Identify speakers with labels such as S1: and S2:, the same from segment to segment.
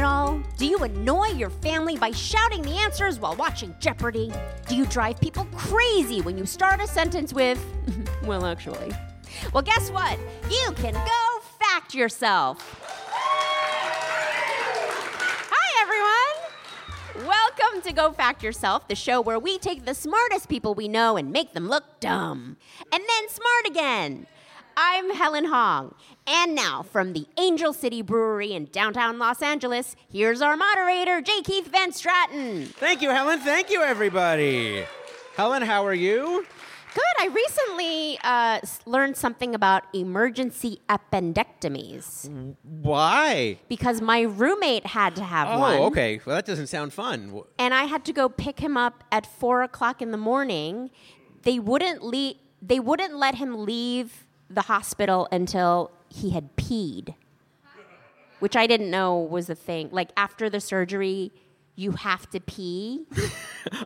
S1: Do you annoy your family by shouting the answers while watching Jeopardy? Do you drive people crazy when you start a sentence with, well, actually? Well, guess what? You can go fact yourself. Hi, everyone. Welcome to Go Fact Yourself, the show where we take the smartest people we know and make them look dumb. And then smart again. I'm Helen Hong. And now, from the Angel City Brewery in downtown Los Angeles, here's our moderator, J. Keith Van Straten.
S2: Thank you, Helen. Thank you, everybody. Helen, how are you?
S1: Good. I recently uh, s- learned something about emergency appendectomies
S2: Why?
S1: because my roommate had to have
S2: Oh,
S1: one.
S2: okay. Well, that doesn't sound fun. W-
S1: and I had to go pick him up at four o'clock in the morning. They wouldn't leave. They wouldn't let him leave the hospital until he had peed, which I didn't know was a thing. Like after the surgery, you have to pee.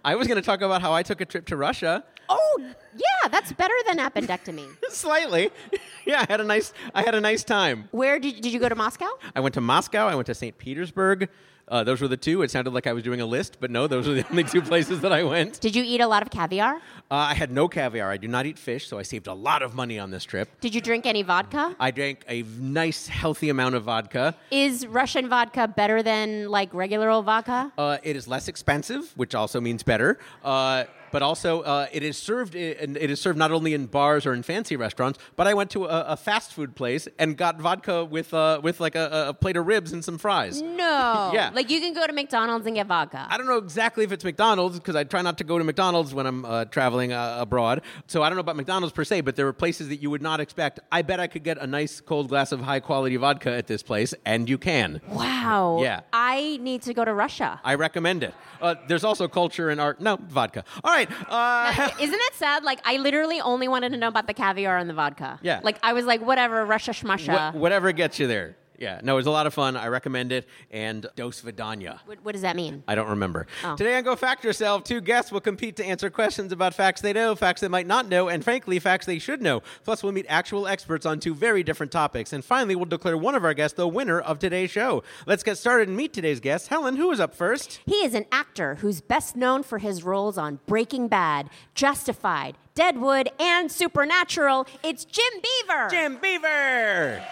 S2: I was going to talk about how I took a trip to Russia.
S1: Oh, yeah, that's better than appendectomy.
S2: Slightly. yeah, I had a nice I had a nice time.
S1: Where did did you go to Moscow?
S2: I went to Moscow, I went to St. Petersburg. Uh, those were the two. It sounded like I was doing a list, but no, those were the only two places that I went.
S1: Did you eat a lot of caviar?
S2: Uh, I had no caviar. I do not eat fish, so I saved a lot of money on this trip.
S1: Did you drink any vodka?
S2: I drank a nice, healthy amount of vodka.
S1: Is Russian vodka better than like regular old vodka?
S2: Uh, it is less expensive, which also means better. Uh, but also, uh, it is served. i- In, it is served not only in bars or in fancy restaurants. But I went to a, a fast food place and got vodka with uh, with like a, a- a plate of ribs and some fries.
S1: No.
S2: Yeah.
S1: Like you can go to McDonald's and get vodka.
S2: I don't know exactly if it's McDonald's because I try not to go to McDonald's when I'm uh, traveling uh, abroad. So I don't know about McDonald's per se, but there were places that you would not expect. I bet I could get a nice cold glass of high quality vodka at this place, and you can.
S1: Wow.
S2: Yeah.
S1: I need to go to Russia.
S2: I recommend it. Uh, there's also culture and art. No, vodka. All right. Uh,
S1: Isn't that sad? Like, I literally only wanted to know about the caviar and the vodka.
S2: Yeah.
S1: Like, I was like, whatever, Russia shmasha.
S2: Wh- whatever gets you there. Yeah, no, it was a lot of fun. I recommend it. And Dos Vidania.
S1: What, what does that mean?
S2: I don't remember.
S1: Oh.
S2: Today on Go Fact Yourself, two guests will compete to answer questions about facts they know, facts they might not know, and frankly, facts they should know. Plus, we'll meet actual experts on two very different topics. And finally, we'll declare one of our guests the winner of today's show. Let's get started and meet today's guest. Helen, who is up first?
S1: He is an actor who's best known for his roles on Breaking Bad, Justified, Deadwood, and Supernatural. It's Jim Beaver.
S2: Jim Beaver!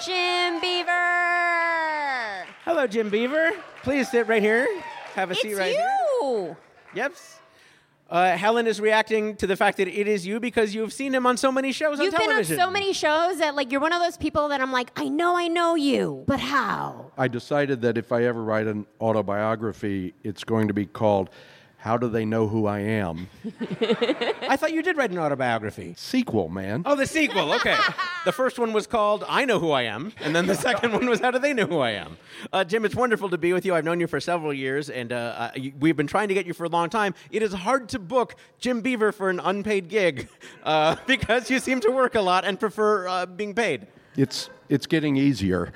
S1: Jim Beaver.
S2: Hello, Jim Beaver. Please sit right here. Have a
S1: It's
S2: seat right here.
S1: you.
S2: Yep. Uh, Helen is reacting to the fact that it is you because you've seen him on so many shows
S1: You've been
S2: on
S1: on
S2: television.
S1: so many shows that, like, you're one of those people that I'm like, I know, I know you, but how?
S3: I decided that if I ever write an autobiography, it's going to be called How Do They Know Who I Am?
S2: I thought you did write an autobiography.
S3: Sequel, man.
S2: Oh, the sequel. Okay. the first one was called "I Know Who I Am," and then the second one was "How Do They Know Who I Am." Uh, Jim, it's wonderful to be with you. I've known you for several years, and uh, uh, y- we've been trying to get you for a long time. It is hard to book Jim Beaver for an unpaid gig uh, because you seem to work a lot and prefer uh, being paid.
S3: It's it's getting easier.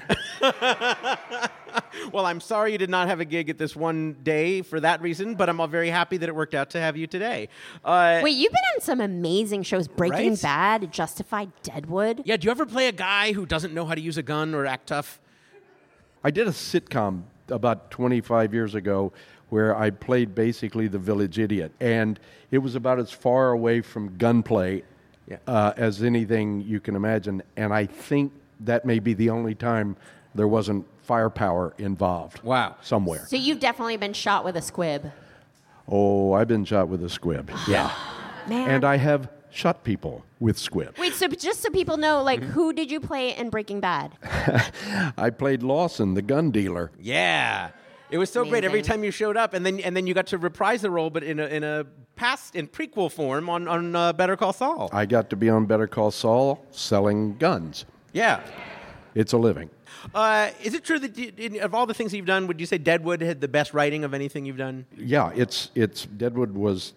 S2: Well, I'm sorry you did not have a gig at this one day for that reason, but I'm all very happy that it worked out to have you today. Uh,
S1: Wait, you've been on some amazing shows Breaking
S2: Right?
S1: Bad, Justified, Deadwood.
S2: yeah, do you ever play a guy who doesn't know how to use a gun or act tough?
S3: I did a sitcom about 25 years ago where I played basically the village idiot, and it was about as far away from gunplay
S2: Yeah.
S3: uh, as anything you can imagine. And I think that may be the only time there wasn't firepower involved.
S2: Wow.
S3: Somewhere.
S1: So you've definitely been shot with a squib.
S3: Oh, I've been shot with a squib. Yeah.
S1: Man.
S3: and I have shot people with squib.
S1: Wait, so just so people know, like,
S2: Mm-hmm.
S1: who did you play in Breaking Bad?
S3: I played Lawson, the gun dealer.
S2: Yeah. It was so great every
S1: Amazing.
S2: time you showed up, and then and then you got to reprise the role, but in a in a past in prequel form on on uh, Better Call Saul.
S3: I got to be on Better Call Saul selling guns.
S2: yeah.
S3: It's a living.
S2: Uh, is it true that you, in- of all the things that you've done, would you say Deadwood had the best writing of anything you've done?
S3: Yeah, it's it's Deadwood was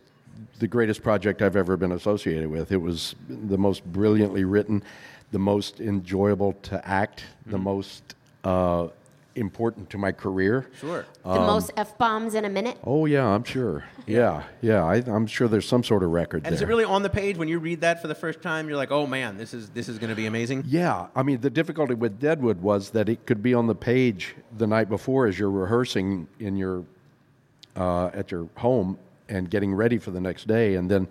S3: the greatest project I've ever been associated with. It was the most brilliantly written, the most enjoyable to act, the most uh, important to my career.
S2: Sure.
S1: the most f bombs in a minute.
S3: Oh yeah, I'm sure. Yeah, yeah, I, I'm sure there's some sort of record
S2: And
S3: there.
S2: is it really on the page when you read that for the first time? You're like, oh man, this is this is going to be amazing.
S3: Yeah, I mean the difficulty with Deadwood was that it could be on the page the night before as you're rehearsing in your uh, at your home and getting ready for the next day, and then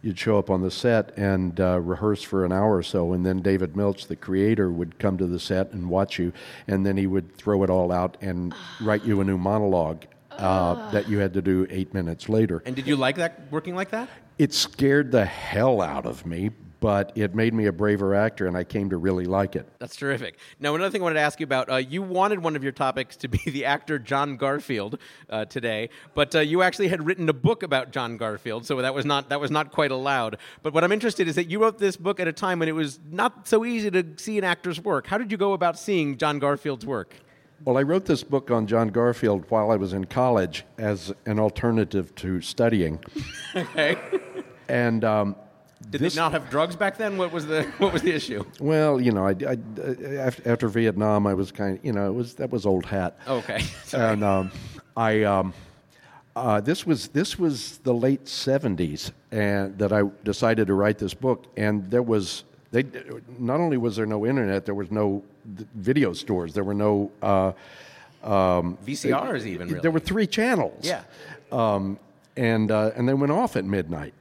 S3: you'd show up on the set and uh, rehearse for an hour or so, and then David Milch, the creator, would come to the set and watch you, and then he would throw it all out and write you a new monologue. Uh, that you had to do eight minutes later.
S2: And did you like that working like that?
S3: It scared the hell out of me, but it made me a braver actor, and I came to really like it.
S2: That's terrific. Now, another thing I wanted to ask you about. Uh, you wanted one of your topics to be the actor John Garfield uh, today, but uh, you actually had written a book about John Garfield, so that was not that was not quite allowed. But what I'm interested is that you wrote this book at a time when it was not so easy to see an actor's work. How did you go about seeing John Garfield's work?
S3: Well, I wrote this book on John Garfield while I was in college as an alternative to studying.
S2: Okay.
S3: And um,
S2: Did
S3: this,
S2: they not have drugs back then? What was the what was the issue?
S3: well, you know, I, I, af- after Vietnam, I was kind of, you know, it was that was old hat.
S2: Okay.
S3: and um, I um, uh, this was this was the late '70s, and that I decided to write this book. And there was they not only was there no internet, there was no th- video stores, there were no. Uh,
S2: VCRs even really.
S3: There were three channels.
S2: Yeah.
S3: Um, and uh, and they went off at midnight,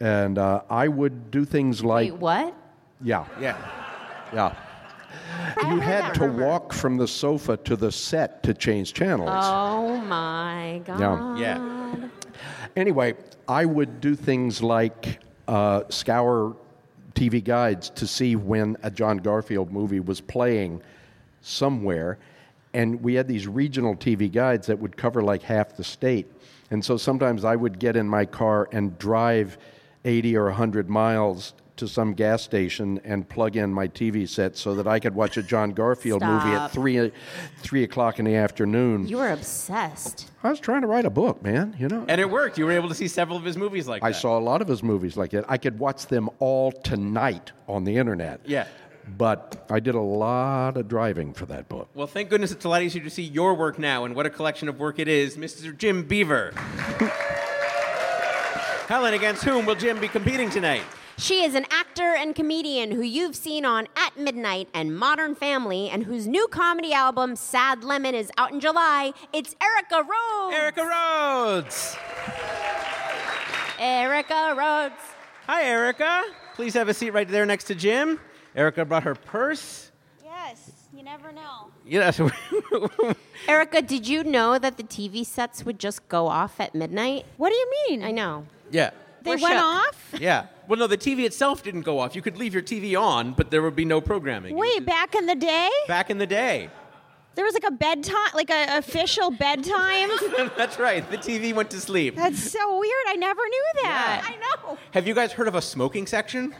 S3: and uh, I would do things like
S1: Wait, what?
S3: yeah
S2: yeah.
S3: yeah. You
S1: heard
S3: had
S1: that
S3: to
S1: rumor.
S3: walk from the sofa to the set to change channels.
S1: Oh my god.
S2: Yeah.
S3: Anyway, I would do things like uh, scour TV guides to see when a John Garfield movie was playing somewhere. And we had these regional TV guides that would cover like half the state. And so sometimes I would get in my car and drive 80 or 100 miles to some gas station and plug in my TV set so that I could watch a John Garfield movie at
S1: Stop.
S3: 3, 3 o'clock in the afternoon.
S1: You were obsessed.
S3: I was trying to write a book, man, you know?
S2: And it worked. You were able to see several of his movies like
S3: I
S2: that.
S3: saw a lot of his movies like that. I could watch them all tonight on the internet.
S2: Yeah.
S3: But I did a lot of driving for that book.
S2: Well, thank goodness it's a lot easier to see your work now, and what a collection of work it is, Mr. Jim Beaver. Helen, against whom will Jim be competing tonight?
S1: She is an actor and comedian who you've seen on At Midnight and Modern Family, and whose new comedy album, Sad Lemon, is out in July. It's Erica Rhodes.
S2: Erica Rhodes.
S1: Erica Rhodes.
S2: Hi, Erica. Please have a seat right there next to Jim. Erica brought her purse.
S4: Yes, you never know.
S2: Yes.
S1: Erica, did you know that the TV sets would just go off at midnight?
S4: What do you mean?
S1: I know.
S2: yeah.
S4: They
S1: We're
S4: went
S1: shook.
S4: off?
S2: Yeah. Well, no, the TV itself didn't go off. You could leave your TV on, but there would be no programming.
S4: Wait, back in the day?
S2: Back in the day.
S4: There was like a bedtime, like an official bedtime?
S2: That's right. The TV went to sleep.
S4: That's so weird. I never knew that.
S1: Yeah.
S4: I know.
S2: Have you guys heard of a smoking section?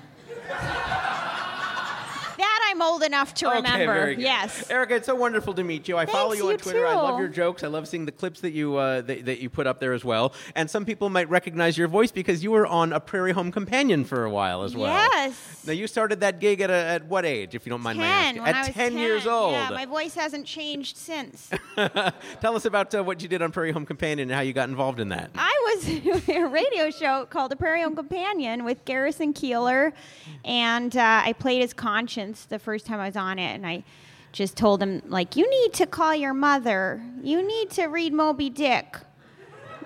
S4: That I'm old enough to
S2: Okay,
S4: remember.
S2: very good.
S4: Yes.
S2: Erica, it's so wonderful to meet you. I follow
S4: Thanks,
S2: you on
S4: you
S2: Twitter. I love
S4: too.
S2: your jokes. I love seeing the clips that you uh, that, that you put up there as well. And some people might recognize your voice because you were on a Prairie Home Companion for a while as well.
S4: Yes.
S2: Now you started that gig at a, at what age, if you don't mind my
S4: 10,
S2: asking?
S4: when
S2: at
S4: I was
S2: 10, years old.
S4: Yeah, my voice hasn't changed since.
S2: Tell us about uh, what you did on Prairie Home Companion and how you got involved in that.
S4: I was in a radio show called The Prairie Home Companion with Garrison Keeler, and uh, I played his conscience the first time I was on it, and I just told him like, "You need to call your mother. You need to read Moby Dick.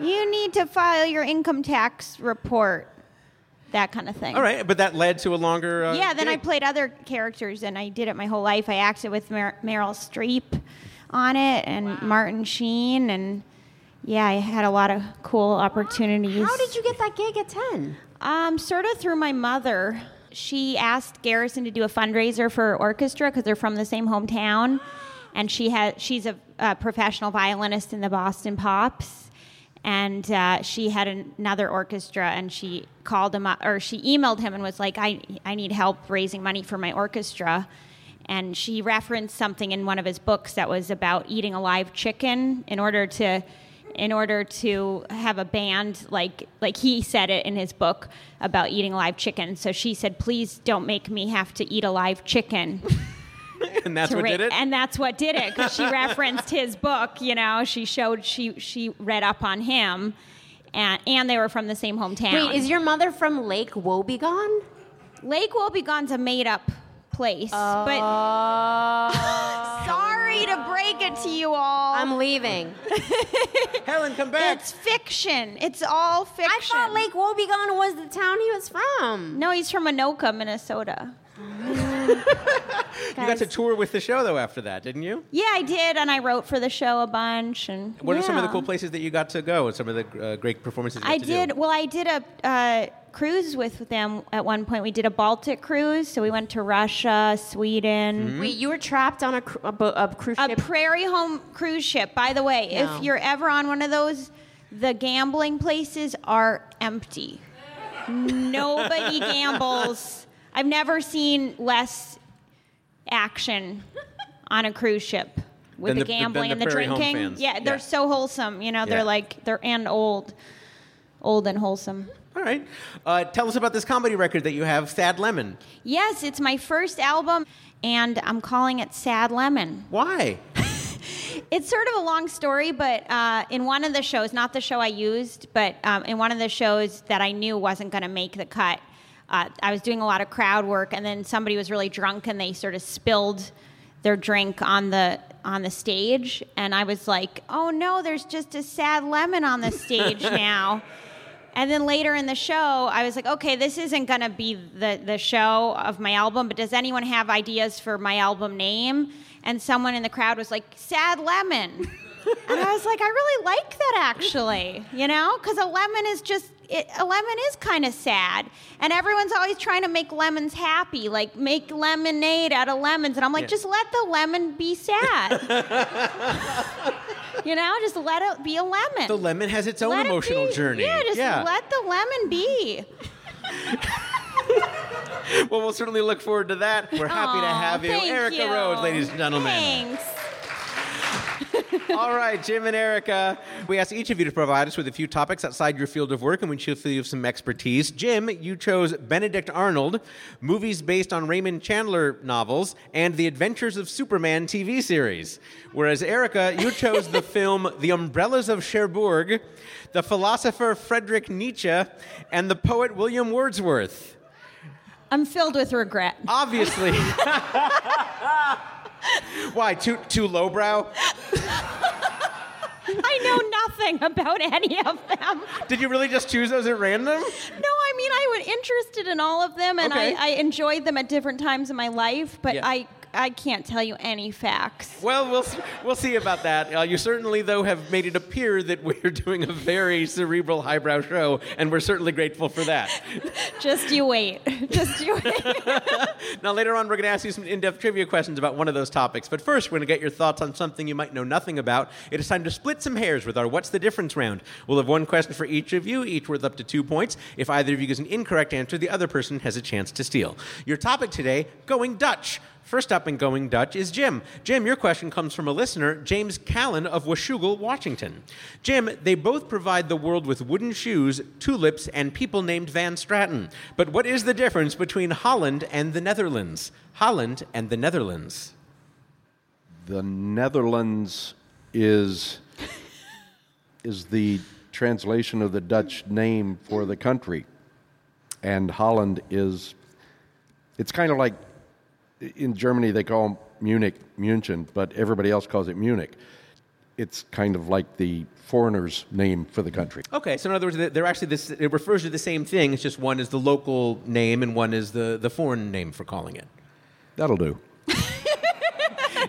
S4: You need to file your income tax report. That kind of thing."
S2: All right, but that led to a longer. Uh,
S4: Yeah, then I
S2: gig.
S4: played other characters, and I did it my whole life. I acted with Mer- Meryl Streep on it, and Martin Sheen, and yeah, I had a lot of cool opportunities.
S1: How did you get that gig at 10?
S4: Um, sort of through my mother. She asked Garrison to do a fundraiser for her orchestra because they're from the same hometown, and she has she's a, a professional violinist in the Boston Pops, and uh, she had an- another orchestra, and she called him up or she emailed him and was like, I I need help raising money for my orchestra. And she referenced something in one of his books that was about eating a live chicken in order to in order to have a band like like he said it in his book about eating live chicken so she said please don't make me have to eat a live chicken
S2: and that's
S4: to
S2: what
S4: ra-
S2: did it.
S4: And that's what did it because she referenced his book. You know, she showed she she read up on him, and and they were from the same hometown.
S1: Wait, is your mother from Lake Wobegon?
S4: Lake Wobegon's a made up place, but sorry to break it to you all.
S1: Oh. I'm leaving.
S2: Helen, come back.
S4: it's fiction. It's all fiction.
S1: I thought Lake Wobegon was the town he was from.
S4: No, he's from Anoka, Minnesota.
S2: you got to tour with the show though after that, didn't you?
S4: Yeah, I did, and I wrote for the show a bunch. And
S2: What are some of the
S4: yeah.
S2: cool places that you got to go? and Some of the uh, great performances. You
S4: I
S2: got to do?
S4: did. Well, I did a uh, cruise with them at one point. We did a Baltic cruise, so we went to
S2: Hmm.
S4: Russia, Sweden.
S1: Wait, you were trapped on a, cru- a, bo- a cruise
S4: A
S1: ship.
S4: prairie home cruise ship. By the way,
S1: No.
S4: if you're ever on one of those, the gambling places are empty. Nobody gambles. I've never seen less action on a cruise ship with
S2: Than the-
S4: the,
S2: than
S4: gambling
S2: the
S4: and the
S2: prairie home
S4: drinking.
S2: fans.
S4: Yeah,
S2: Yeah.
S4: they're so wholesome. You know,
S2: Yeah.
S4: they're like they're and old, old and wholesome.
S2: All right. Uh, tell us about this comedy record that you have, Sad Lemon.
S4: Yes, it's my first album, and I'm calling it Sad Lemon.
S2: Why?
S4: It's sort of a long story, but uh, in one of the shows, not the show I used, but um, in one of the shows that I knew wasn't going to make the cut, uh, I was doing a lot of crowd work, and then somebody was really drunk, and they sort of spilled their drink on the on the stage, and I was like, "Oh no, there's just a sad lemon on the stage now." And then later in the show, I was like, okay, this isn't going to be the, the show of my album, but does anyone have ideas for my album name? And someone in the crowd was like, Sad Lemon. and I was like, I really like that actually, you know? Because a lemon is just, it, a lemon is kind of sad. And everyone's always trying to make lemons happy, like make lemonade out of lemons. And I'm like,
S2: Yeah.
S4: just let the lemon be sad. you know, just let it be a lemon
S2: The lemon has its own
S4: let it
S2: emotional
S4: be.
S2: journey.
S4: Yeah, just let the lemon be.
S2: well, we'll certainly look forward to that. We're happy to
S4: Aw,
S2: have you.
S4: thank
S2: Erica
S4: you.
S2: Rhodes, ladies and gentlemen.
S4: Thanks.
S2: All right, Jim and Erica. We asked each of you to provide us with a few topics outside your field of work in which you feel of some expertise. Jim, you chose Benedict Arnold, movies based on Raymond Chandler novels, and the Adventures of Superman TV series. Whereas Erica, you chose the film The Umbrellas of Cherbourg, the philosopher Frederick Nietzsche, and the poet William Wordsworth.
S4: I'm filled with regret.
S2: Obviously. Why? Too too lowbrow?
S4: I know nothing about any of them.
S2: Did you really just choose those at random?
S4: No, I mean I was interested in all of them, and
S2: Okay.
S4: I, I enjoyed them at different times in my life. But
S2: Yeah.
S4: I I can't tell you any facts.
S2: Well, we'll s- we'll see about that. Uh, you certainly, though, have made it appear that we're doing a very cerebral highbrow show, and we're certainly grateful for that.
S4: Just you wait. Just you wait.
S2: now, later on, we're going to ask you some in-depth trivia questions about one of those topics. But first, we're going to get your thoughts on something you might know nothing about. It is time to split some hairs with our "What's the Difference" round. We'll have one question for each of you, each worth up to two points. If either of you gives an incorrect answer, the other person has a chance to steal. Your topic today: going Dutch. First up and going Dutch is Jim. Jim, your question comes from a listener, James Callan of Washougal, Washington. Jim, they both provide the world with wooden shoes, tulips, and people named Van Stratton. But what is the difference between Holland and the Netherlands? Holland and the Netherlands.
S3: The Netherlands is is the translation of the Dutch name for the country, and Holland is. It's kind of like in Germany they call Munich München, but everybody else calls it Munich. It's kind of like the foreigner's name for the country.
S2: Okay, so in other words, they're they're actually this. It refers to the same thing. It's just one is the local name and one is the, the foreign name for calling it.
S3: That'll do.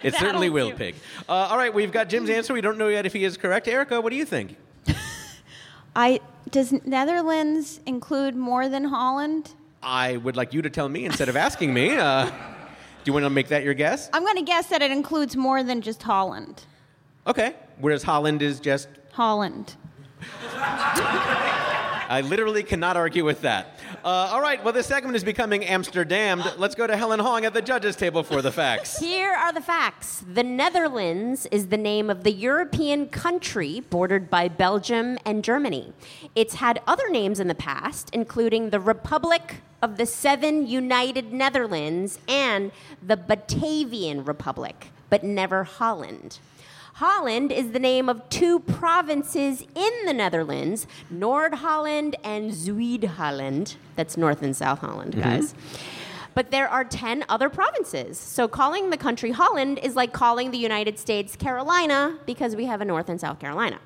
S2: It certainly will, Pig. Uh, all right, we've got Jim's answer. We don't know yet if he is correct. Erica, what do you think?
S4: I does Netherlands include more than Holland?
S2: I would like you to tell me instead of asking me. Uh, do you want to make that your guess?
S4: I'm going to guess that it includes more than just Holland.
S2: Okay. Whereas Holland is just
S4: Holland.
S2: I literally cannot argue with that. Uh, all right, well, this segment is becoming Amsterdam. Let's go to Helen Hong at the judges' table for the facts.
S1: Here are the facts. The Netherlands is the name of the European country bordered by Belgium and Germany. It's had other names in the past, including the Republic of the Seven United Netherlands and the Batavian Republic, but never Holland. Holland is the name of two provinces in the Netherlands, Noord Holland and Zuid Holland. That's North and South Holland, guys. But there are 10 other provinces. So calling the country Holland is like calling the United States Carolina because we have a North and South Carolina.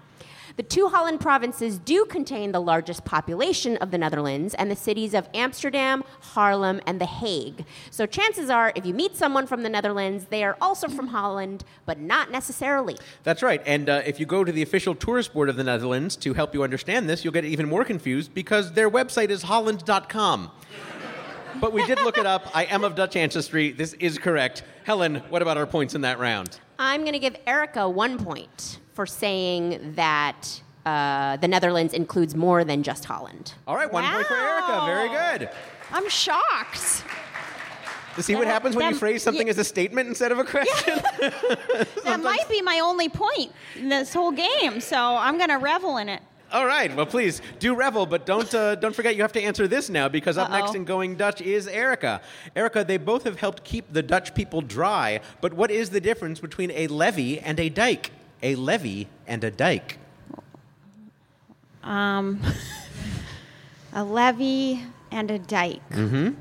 S1: The two Holland provinces do contain the largest population of the Netherlands and the cities of Amsterdam, Haarlem, and The Hague. So chances are, if you meet someone from the Netherlands, they are also from Holland, but not necessarily.
S2: That's right. And uh, if you go to the official tourist board of the Netherlands to help you understand this, you'll get even more confused because their website is holland.com. But we did look it up. I am of Dutch ancestry. This is correct. Helen, what about our points in that round?
S1: I'm going to give Erica one point for saying that uh, the Netherlands includes more than just Holland.
S2: All right, one point for Erica.
S5: Wow.
S2: Very good.
S5: I'm shocked.
S2: To see what happens when you
S4: that-
S2: phrase something
S4: yeah.
S2: as a statement instead of a question.
S4: That might be my only point in this whole game, so I'm going to revel in it.
S2: All right. Well, please do revel, but don't uh, don't forget you have to answer this now because up
S4: Uh-oh.
S2: next in going Dutch is Erica. Erica, they both have helped keep the Dutch people dry, but what is the difference between a levee and a dike? A levee and a dike.
S4: Um, a levee and a dike. Mm-hmm.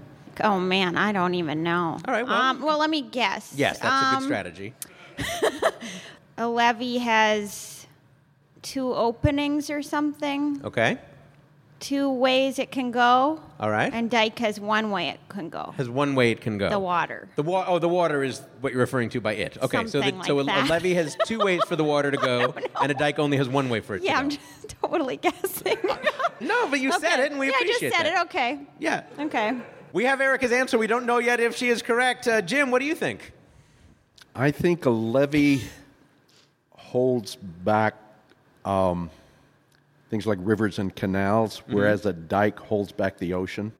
S4: Oh man, I don't even know.
S2: All right, well-
S4: um, well let me guess.
S2: Yes, that's a
S4: Um,
S2: good strategy.
S4: A levee has two openings or something,
S2: Okay.
S4: two ways it can go,
S2: All right.
S4: and dike has one way it can go.
S2: Has one way it can go.
S4: The water.
S2: The wa- oh, the water is what you're referring to by it. Okay, so the,
S4: Something
S2: so
S4: like
S2: a, a
S4: that.
S2: levee has two ways for the water to go, and a dike only has one way for it
S4: Yeah,
S2: to
S4: I'm
S2: go.
S4: just totally guessing.
S2: No, but you said
S4: Okay.
S2: it, and we
S4: yeah, I
S2: appreciate
S4: just said
S2: that.
S4: it. Okay.
S2: Yeah.
S4: Okay.
S2: We have Erica's answer. We don't know yet if she is correct. Uh, Jim, what do you think?
S3: I think a levy holds back um, things like rivers and canals, whereas a dike holds back the ocean.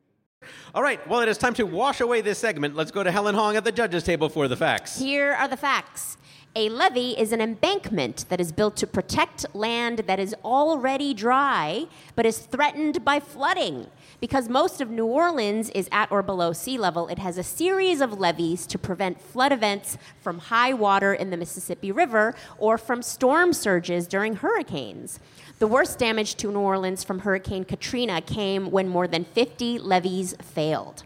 S2: All right, well, it is time to wash away this segment. Let's go to Helen Hong at the judges' table for the facts.
S1: Here are the facts. A levee is an embankment that is built to protect land that is already dry but is threatened by flooding. Because most of New Orleans is at or below sea level, it has a series of levees to prevent flood events from high water in the Mississippi River or from storm surges during hurricanes. The worst damage to New Orleans from Hurricane Katrina came when more than 50 levees failed.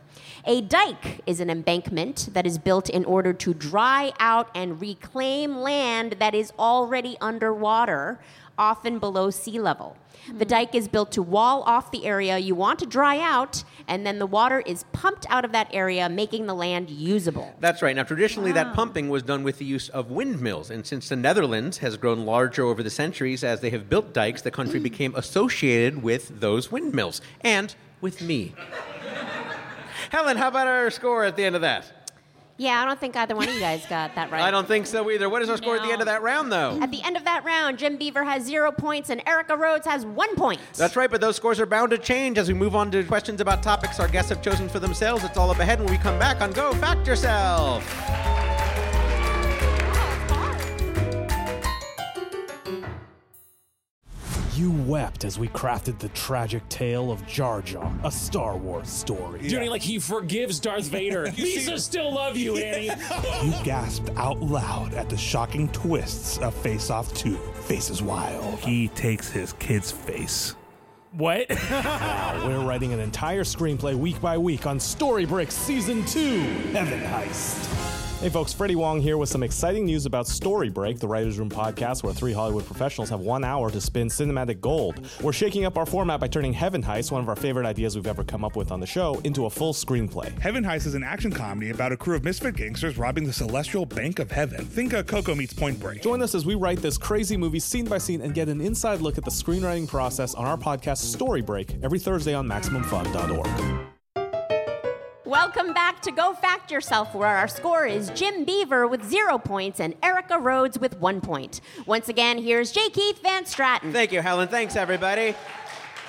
S1: A dike is an embankment that is built in order to dry out and reclaim land that is already underwater, often below sea level. The dike is built to wall off the area you want to dry out, and then the water is pumped out of that area, making the land usable.
S2: That's right. Now, traditionally, that pumping was done with the use of windmills. And since the Netherlands has grown larger over the centuries as they have built dikes, the country became associated with those windmills and with me. Helen, how about our score at the end of that?
S1: Yeah, I don't think either one of you guys got that right.
S2: I don't think so either. What is our score at the end of that round, though?
S1: At the end of that round, Jim Beaver has zero points and Erica Rhodes has one point.
S2: That's right, but those scores are bound to change as we move on to questions about topics our guests have chosen for themselves. It's all up ahead when we come back on Go Fact Yourself.
S6: You wept as we crafted the tragic tale of Jar Jar, a Star Wars story.
S7: Dude, he, like he forgives Darth Vader. Misa still love you, Annie.
S6: You gasped out loud at the shocking twists of Face Off 2, Faces Wild.
S8: He takes his kid's face.
S7: what?
S6: We're writing an entire screenplay week by week on Storybricks Season 2 Heaven Heist. Hey folks, Freddie Wong here with some exciting news about Story Break, the Writers Room podcast where three Hollywood professionals have one hour to spin cinematic gold. We're shaking up our format by turning Heaven Heist, one of our favorite ideas we've ever come up with on the show, into a full screenplay.
S8: Heaven Heist is an action comedy about a crew of misfit gangsters robbing the celestial bank of heaven. Think of Coco meets Point Break.
S6: Join us as we write this crazy movie scene by scene and get an inside look at the screenwriting process on our podcast Story Break every Thursday on MaximumFun.org.
S1: Welcome back to Go Fact Yourself, where our score is Jim Beaver with zero points and Erica Rhodes with one point. Once again, here's J. Keith Van Stratton.
S2: Thank you, Helen. Thanks, everybody.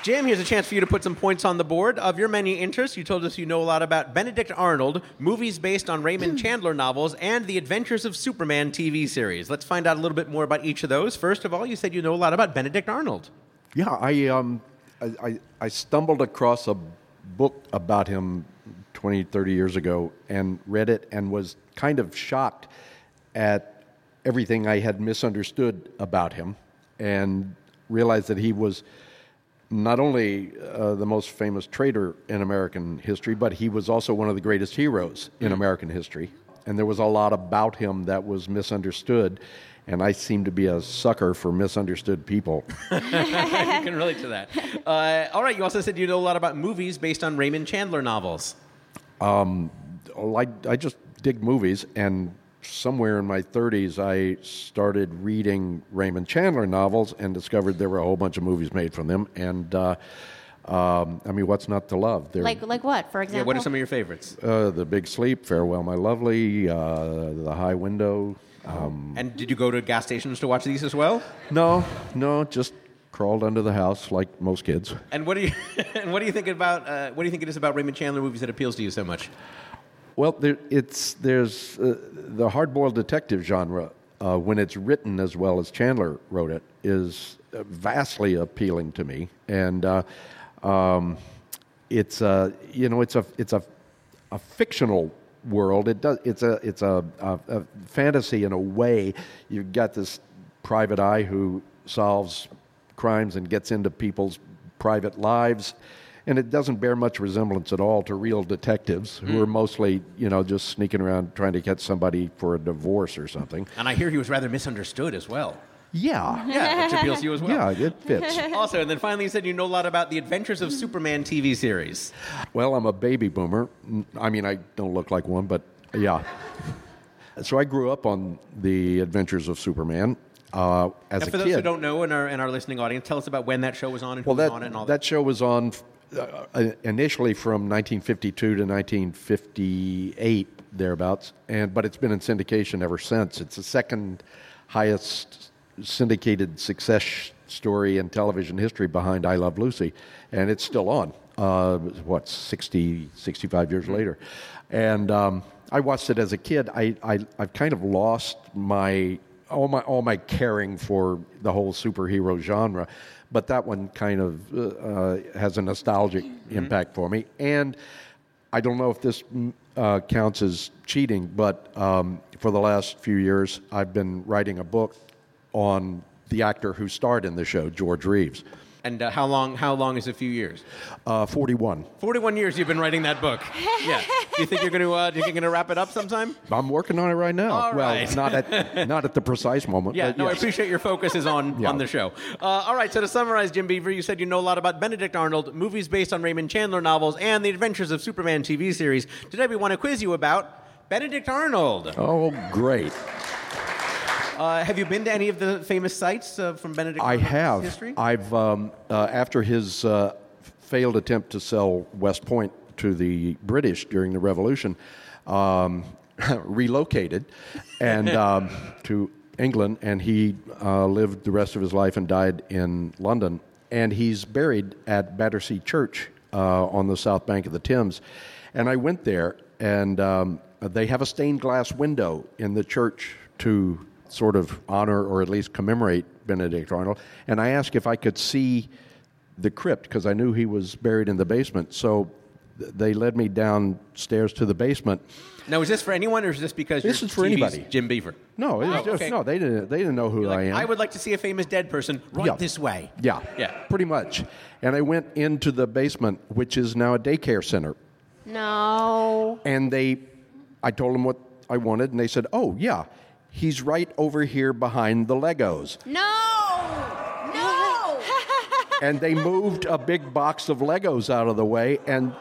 S2: Jim, here's a chance for you to put some points on the board. Of your many interests, you told us you know a lot about Benedict Arnold, movies based on Raymond Chandler novels, and the Adventures of Superman TV series. Let's find out a little bit more about each of those. First of all, you said you know a lot about Benedict Arnold.
S3: Yeah, I, um, I, I, I stumbled across a book about him 20, 30 years ago and read it and was kind of shocked at everything I had misunderstood about him and realized that he was not only uh, the most famous traitor in American history, but he was also one of the greatest heroes in American history. And there was a lot about him that was misunderstood. And I seem to be a sucker for misunderstood people.
S2: you can relate to that. Uh, all right, you also said you know a lot about movies based on Raymond Chandler novels.
S3: Oh, I, I just dig movies, and somewhere in my 30s, I started reading Raymond Chandler novels and discovered there were a whole bunch of movies made from them. And uh, um, I mean, what's not to love? There,
S1: Like, like what, for example?
S2: Yeah, what are some of your favorites?
S3: uh, the Big Sleep, Farewell, My Lovely, uh, The High Window.
S2: And did you go to gas stations to watch these as well?
S3: No, no, just crawled under the house like most kids.
S2: And what do you and what do you think about uh, what do you think it is about Raymond Chandler movies that appeals to you so much?
S3: Well, there, it's there's uh, the hard-boiled detective genre uh, when it's written as well as Chandler wrote it is uh, vastly appealing to me, and uh, um, it's a you know it's a it's a a fictional world. It does it's a it's a, a, a fantasy in a way. You've got this private eye who solves crimes and gets into people's private lives. And it doesn't bear much resemblance at all to real detectives
S2: Hmm.
S3: who are mostly, you know, just sneaking around trying to catch somebody for a divorce or something.
S2: And I hear he was rather misunderstood as well.
S3: Yeah.
S2: Yeah, which appeals to you as
S3: Yeah,
S2: well.
S3: it fits.
S2: Also, and then finally, you said you know a lot about the Adventures of Superman TV series.
S3: Well, I'm a baby boomer. N- I mean, I don't look like one, but yeah. So I grew up on the Adventures of Superman uh, as
S2: And
S3: a
S2: for those
S3: kid.
S2: who don't know in our in our listening audience, tell us about when that show was on and who
S3: well,
S2: was
S3: that
S2: on it and all that.
S3: that show was on uh, initially from 1952 to 1958 thereabouts, and but it's been in syndication ever since. It's the second highest syndicated success sh- story in television history behind I Love Lucy, and it's still on. Uh, what 60, 65
S2: Mm-hmm.
S3: years later, and um, I watched it as a kid. I, I I've kind of lost my all my all my caring for the whole superhero genre, but that one kind of uh, uh, has a nostalgic
S2: Mm-hmm.
S3: impact for me. And I don't know if this mm, uh, counts as cheating, but um, for the last few years, I've been writing a book on the actor who starred in the show, George Reeves.
S2: And uh, how long how long is a few years?
S3: Uh, 41.
S2: Forty one years you've been writing that book. Yeah. Do you think you're gonna uh, do you think you're gonna wrap it up sometime?
S3: I'm working on it right now.
S2: All
S3: well,
S2: right.
S3: not at not at the precise moment.
S2: Yeah,
S3: but
S2: no, I
S3: yes.
S2: appreciate your focus is on,
S3: Yeah.
S2: on the show. Uh, all right, so to summarize, Jim Beaver, you said you know a lot about Benedict Arnold, movies based on Raymond Chandler novels, and the Adventures of Superman TV series. Today we want to quiz you about Benedict Arnold.
S3: Oh, great.
S2: Uh, have you been to any of the famous sites uh, from Benedict
S3: I
S2: Arnold's
S3: have.
S2: history?
S3: I've um, uh, after his uh, failed attempt to sell West Point to the British during the Revolution, um, relocated and um, to England, and he uh, lived the rest of his life and died in London. And he's buried at Battersea Church uh, on the south bank of the Thames. And I went there, and um, they have a stained glass window in the church to sort of honor or at least commemorate Benedict Arnold. And I asked if I could see the crypt because I knew he was buried in the basement. So th- they led me downstairs to the basement.
S2: now, is this for anyone, or is this because
S3: This
S2: you're
S3: is for
S2: TV's
S3: anybody.
S2: Jim Beaver?
S3: No, it was
S2: Oh,
S3: just,
S2: okay.
S3: no, they didn't. They didn't know who
S2: Like,
S3: I am.
S2: I would like to see a famous dead person right
S3: Yeah.
S2: this way.
S3: Yeah.
S2: Yeah.
S3: Pretty much. And I went into the basement, which is now a daycare center.
S1: no.
S3: And they, I told them what I wanted, and they said, "Oh yeah, he's right over here behind the Legos."
S1: No! No!
S3: and they moved a big box of Legos out of the way, and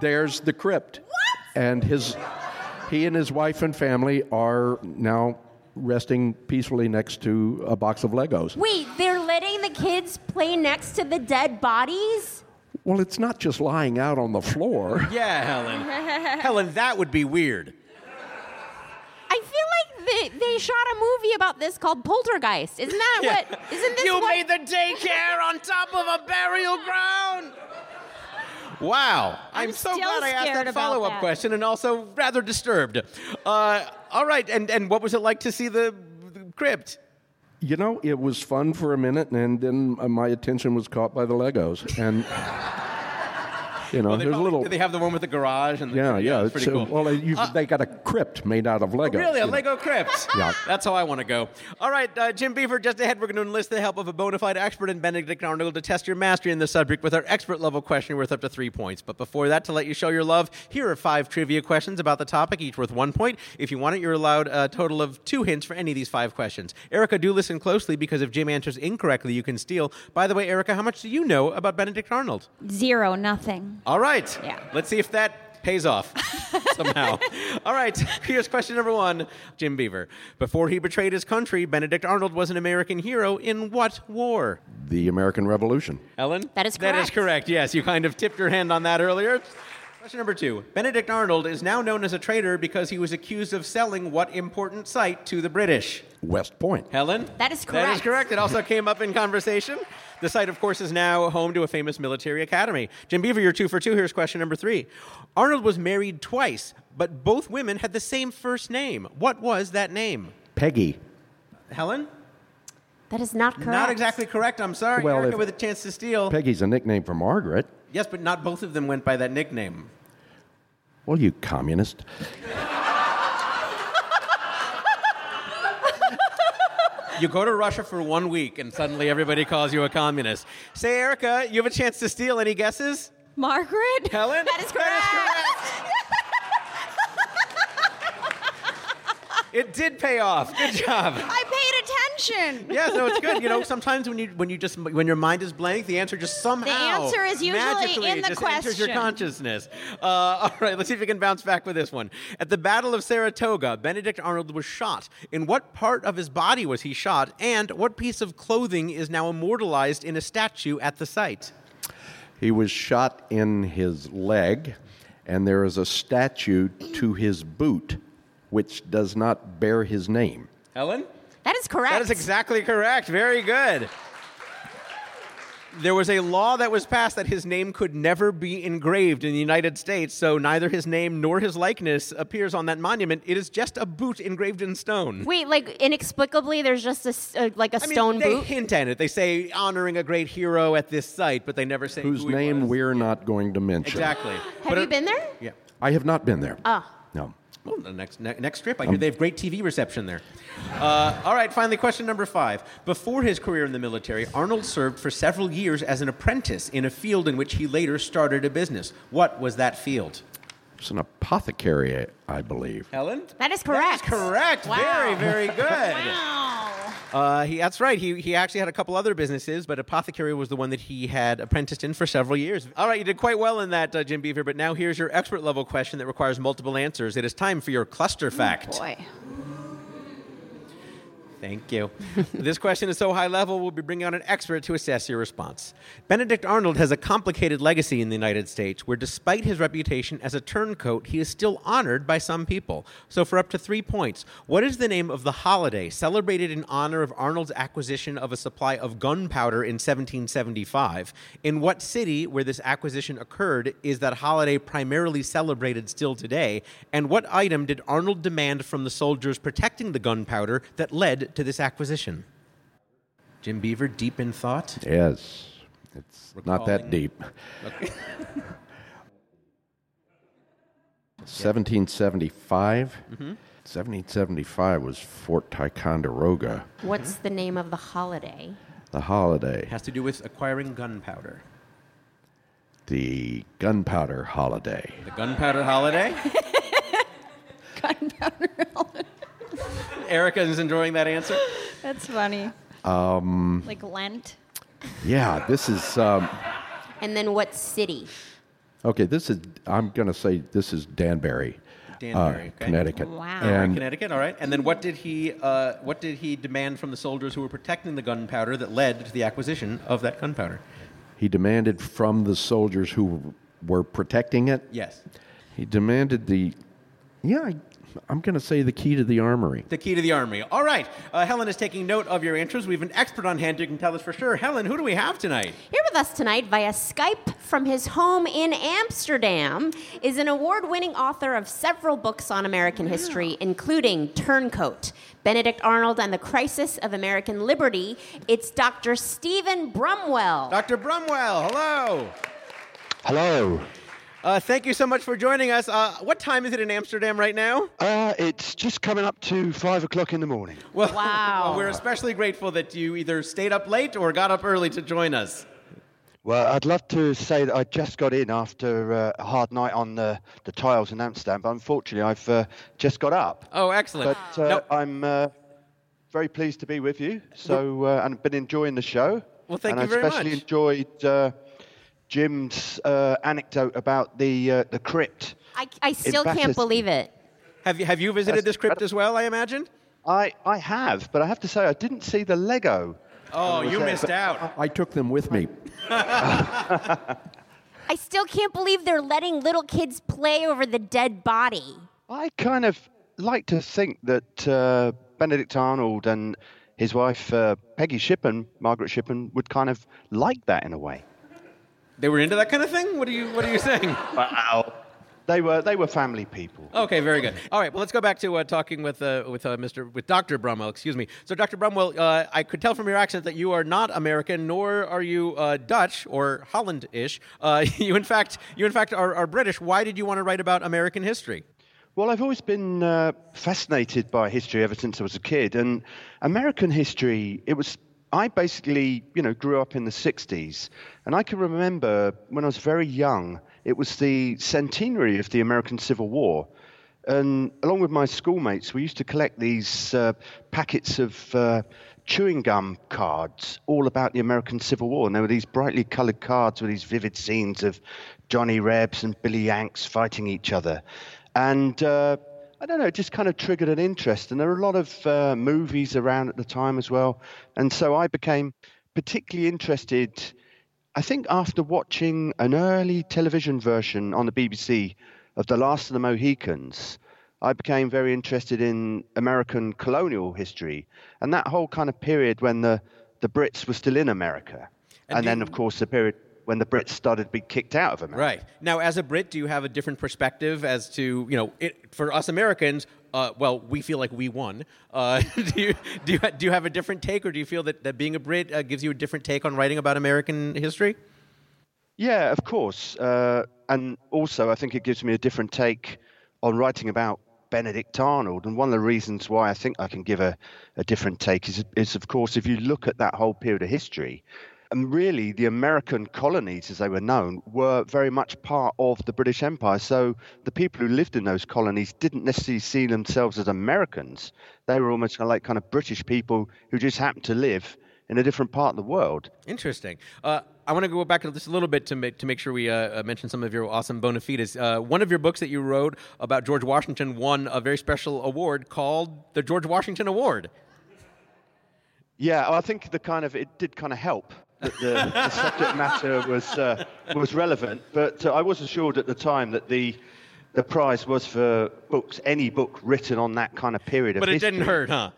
S3: there's the crypt. What? And his, he and his wife and family are now resting peacefully next to a box of Legos.
S1: Wait, they're letting the kids play next to the dead bodies?
S3: Well, it's not just lying out on the floor.
S2: Yeah, Helen. Helen, that would be weird.
S1: I feel like They they shot a movie about this called Poltergeist. Isn't that
S2: Yeah.
S1: what? Isn't this
S2: you
S1: what?
S2: made the daycare on top of a burial ground? Wow. I'm, so
S4: still
S2: glad I asked
S4: scared
S2: that
S4: about
S2: follow up
S4: that.
S2: question and also rather disturbed. Uh, all right, and, and what was it like to see the, the crypt?
S3: You know, it was fun for a minute, and then uh, my attention was caught by the Legos, and you know,
S2: They
S3: there's a
S2: probably-
S3: little.
S2: They have the one with the garage and the,
S3: yeah, yeah.
S2: it's pretty
S3: so-
S2: cool. Uh, Oh,
S3: Well, you, they got a crypt made out of Legos.
S2: Really,
S3: you
S2: a
S3: know.
S2: Lego crypt.
S3: Yeah.
S2: That's how I want to go. All right, uh, Jim Beaver, just ahead, we're going to enlist the help of a bona fide expert in Benedict Arnold to test your mastery in the subject with our expert level question worth up to three points. But before that, to let you show your love, here are five trivia questions about the topic, each worth one point. If you want it, you're allowed a total of two hints for any of these five questions. Erica, do listen closely because if Jim answers incorrectly, you can steal. By the way, Erica, how much do you know about Benedict Arnold?
S4: Zero, nothing.
S2: All right.
S4: Yeah.
S2: Let's see if that pays off somehow. All right. Here's question number one Jim Beaver. Before he betrayed his country, Benedict Arnold was an American hero in what war?
S3: The American Revolution.
S2: Ellen?
S1: That is
S2: That is
S1: correct.
S2: correct. Yes. You kind of tipped your hand on that earlier. Question number two Benedict Arnold is now known as a traitor because he was accused of selling what important site to the British?
S3: West Point.
S2: Helen?
S1: That is
S2: That is
S1: correct.
S2: correct. It also came up in conversation. The site, of course, is now home to a famous military academy. Jim Beaver, you're two for two. Here's question number three. Arnold was married twice, but both women had the same first name. What was that name?
S3: Peggy.
S2: Helen?
S1: that is not correct.
S2: Not exactly correct. I'm sorry.
S3: Well,
S2: Erica
S3: if-
S2: with a chance to steal.
S3: Peggy's a nickname for Margaret.
S2: yes, but not both of them went by that nickname.
S3: Well, you communist.
S2: You go to Russia for one week and suddenly everybody calls you a communist. Say, Erica, you have a chance to steal. Any guesses?
S4: Margaret?
S2: Helen?
S1: That is
S2: correct. it did pay off. Good job.
S5: I paid attention.
S2: Yeah, no, it's good. You know, sometimes when you when you just when your mind is blank, the answer just somehow
S4: answer is usually
S2: magically
S4: in the
S2: just enters your
S4: question.
S2: consciousness. Uh, all right, let's see if we can bounce back with this one. At the Battle of Saratoga, Benedict Arnold was shot. In what part of his body was he shot? And what piece of clothing is now immortalized in a statue at the site?
S3: He was shot in his leg, and there is a statue to his boot, which does not bear his name.
S2: Helen.
S1: That is correct.
S2: That is exactly correct. Very good. There was a law that was passed that his name could never be engraved in the United States, so neither his name nor his likeness appears on that monument. It is just a boot engraved in stone.
S1: Wait, like inexplicably, there's just a s- uh, like a
S2: I mean,
S1: stone
S2: they
S1: boot.
S2: hint at it. They say honoring a great hero at this site, but they never say
S3: Whose
S2: who he
S3: name
S2: was.
S3: we're not going to mention.
S2: exactly.
S1: Have you been there?
S2: Yeah.
S3: I have not been there.
S1: Ah.
S3: No.
S2: Oh, the next ne- next trip. I hear they have great TV reception there. Uh, all right, finally, question number five. Before his career in the military, Arnold served for several years as an apprentice in a field in which he later started a business. What was that field?
S3: It's an apothecary, I believe.
S2: Helen.
S1: That is
S2: That
S1: correct.
S2: is correct.
S1: Wow.
S2: Very, very good. Uh, he, that's right. He, he actually had a couple other businesses, but apothecary was the one that he had apprenticed in for several years. All right, you did quite well in that, uh, Jim Beaver. But now here's your expert level question that requires multiple answers. It is time for your cluster fact.
S5: Boy.
S2: Thank you. this question is so high level, we'll be bringing on an expert to assess your response. Benedict Arnold has a complicated legacy in the United States where, despite his reputation as a turncoat, he is still honored by some people. So, for up to three points, what is the name of the holiday celebrated in honor of Arnold's acquisition of a supply of gunpowder in 1775? In what city where this acquisition occurred is that holiday primarily celebrated still today? And what item did Arnold demand from the soldiers protecting the gunpowder that led to this acquisition? Jim Beaver, deep in thought.
S3: Yes. It's not that
S2: Recalling-
S3: deep. 1775.
S2: Mm-hmm.
S3: 1775 was Fort Ticonderoga,
S1: What's the name of the holiday?
S3: the holiday,
S2: Has to do with acquiring gunpowder.
S3: the gunpowder holiday.
S2: The gunpowder holiday? gunpowder holiday. Erica is enjoying that answer.
S4: That's funny. Um, like Lent?
S3: Yeah, this is um,
S1: And then what city?
S3: okay. This is I'm going to say this is Danbury, uh,
S2: Danbury, okay.
S3: Connecticut.
S4: Wow.
S3: And
S2: Connecticut, all right. And then what did he uh, what did he demand from the soldiers who were protecting the gunpowder that led to the acquisition of that gunpowder?
S3: he demanded from the soldiers who were protecting it.
S2: Yes.
S3: He demanded the yeah. I- I'm going to say the key to the armory.
S2: The key to the armory. All right. Uh, Helen is taking note of your answers. We have an expert on hand who can tell us for sure. Helen, who do we have tonight?
S1: Here with us tonight via Skype from his home in Amsterdam is an award winning author of several books on American history, including Turncoat, Benedict Arnold, and the Crisis of American Liberty. It's Dr. Stephen Brumwell.
S2: Dr. Brumwell, hello.
S9: Hello.
S2: Uh, thank you so much for joining us. Uh, what time is it in Amsterdam right now?
S9: Uh, it's just coming up to five o'clock in the morning.
S2: Well,
S1: Wow.
S2: well, we're especially grateful that you either stayed up late or got up early to join us.
S9: Well, I'd love to say that I just got in after uh, a hard night on the, the tiles in Amsterdam, but unfortunately, I've uh, just got up.
S2: Oh, excellent.
S9: But uh,
S2: No,
S9: I'm uh, very pleased to be with you. So, uh, and I've been enjoying the show.
S2: Well, thank
S9: and
S2: you very
S9: I especially
S2: much.
S9: enjoyed uh, Jim's uh, anecdote about the uh, the crypt.
S1: I, I still
S9: Batters-
S1: can't believe it.
S2: have, you, have you visited this crypt as well, I imagine?
S9: I, I have, but I have to say I didn't see the Lego.
S2: Oh, you
S9: that-
S2: missed out.
S3: I took them with me.
S1: I still can't believe they're letting little kids play over the dead body.
S9: I kind of like to think that uh, Benedict Arnold and his wife uh, Peggy Shippen, Margaret Shippen, would kind of like that in a way.
S2: They were into that kind of thing? What are you, what are you saying?
S9: Wow. They were they were family people.
S2: Okay, very good. All right, well, let's go back to uh, talking with uh, with uh, Mr. with Dr. Brumwell. Excuse me. So, Dr. Brumwell, uh, I could tell from your accent that you are not American, nor are you uh, Dutch or Holland-ish. Uh, you, in fact, you in fact are, are British. Why did you want to write about American history?
S9: Well, I've always been uh, fascinated by history ever since I was a kid, and American history. It was I basically, you know, grew up in the '60s, and I can remember when I was very young. It was the centenary of the American Civil War, and along with my schoolmates, we used to collect these uh, packets of uh, chewing gum cards all about the American Civil War. And there were these brightly coloured cards with these vivid scenes of Johnny Rebs and Billy Yanks fighting each other. And uh, I don't know, it just kind of triggered an interest. And there were a lot of uh, movies around at the time as well. And so I became particularly interested I think after watching an early television version on the BBC of The Last of the Mohicans, I became very interested in American colonial history and that whole kind of period when the, the Brits were still in America. And,
S2: do
S9: then,
S2: you-
S9: of course, the period when the Brits started to be kicked out of America.
S2: Right now, as a Brit, do you have a different perspective as to you know it, for us Americans? Uh, well, we feel like we won. Uh, do you do you, do you have a different take, or do you feel that, that being a Brit uh, gives you a different take on writing about American history?
S9: Yeah, of course. Uh, and also, I think it gives me a different take on writing about Benedict Arnold. And one of the reasons why I think I can give a, a different take is, is, of course, if you look at that whole period of history, and really the American colonies, as they were known, were very much part of the British Empire. So the people who lived in those colonies didn't necessarily see themselves as Americans. They were almost kind of like kind of British people who just happened to live in a different part of the world.
S2: Interesting. Uh, I want to go back to this a little bit to make to make sure we uh, uh, mention some of your awesome bona fides. Uh, one of your books that you wrote about George Washington won a very special award called the George Washington Award.
S9: Yeah, I think the kind of it did kind of help that the, the subject matter was uh, was relevant, but uh, I was assured at the time that the the prize was for books, any book written on that kind of period of
S2: But it
S9: history.
S2: didn't hurt, huh?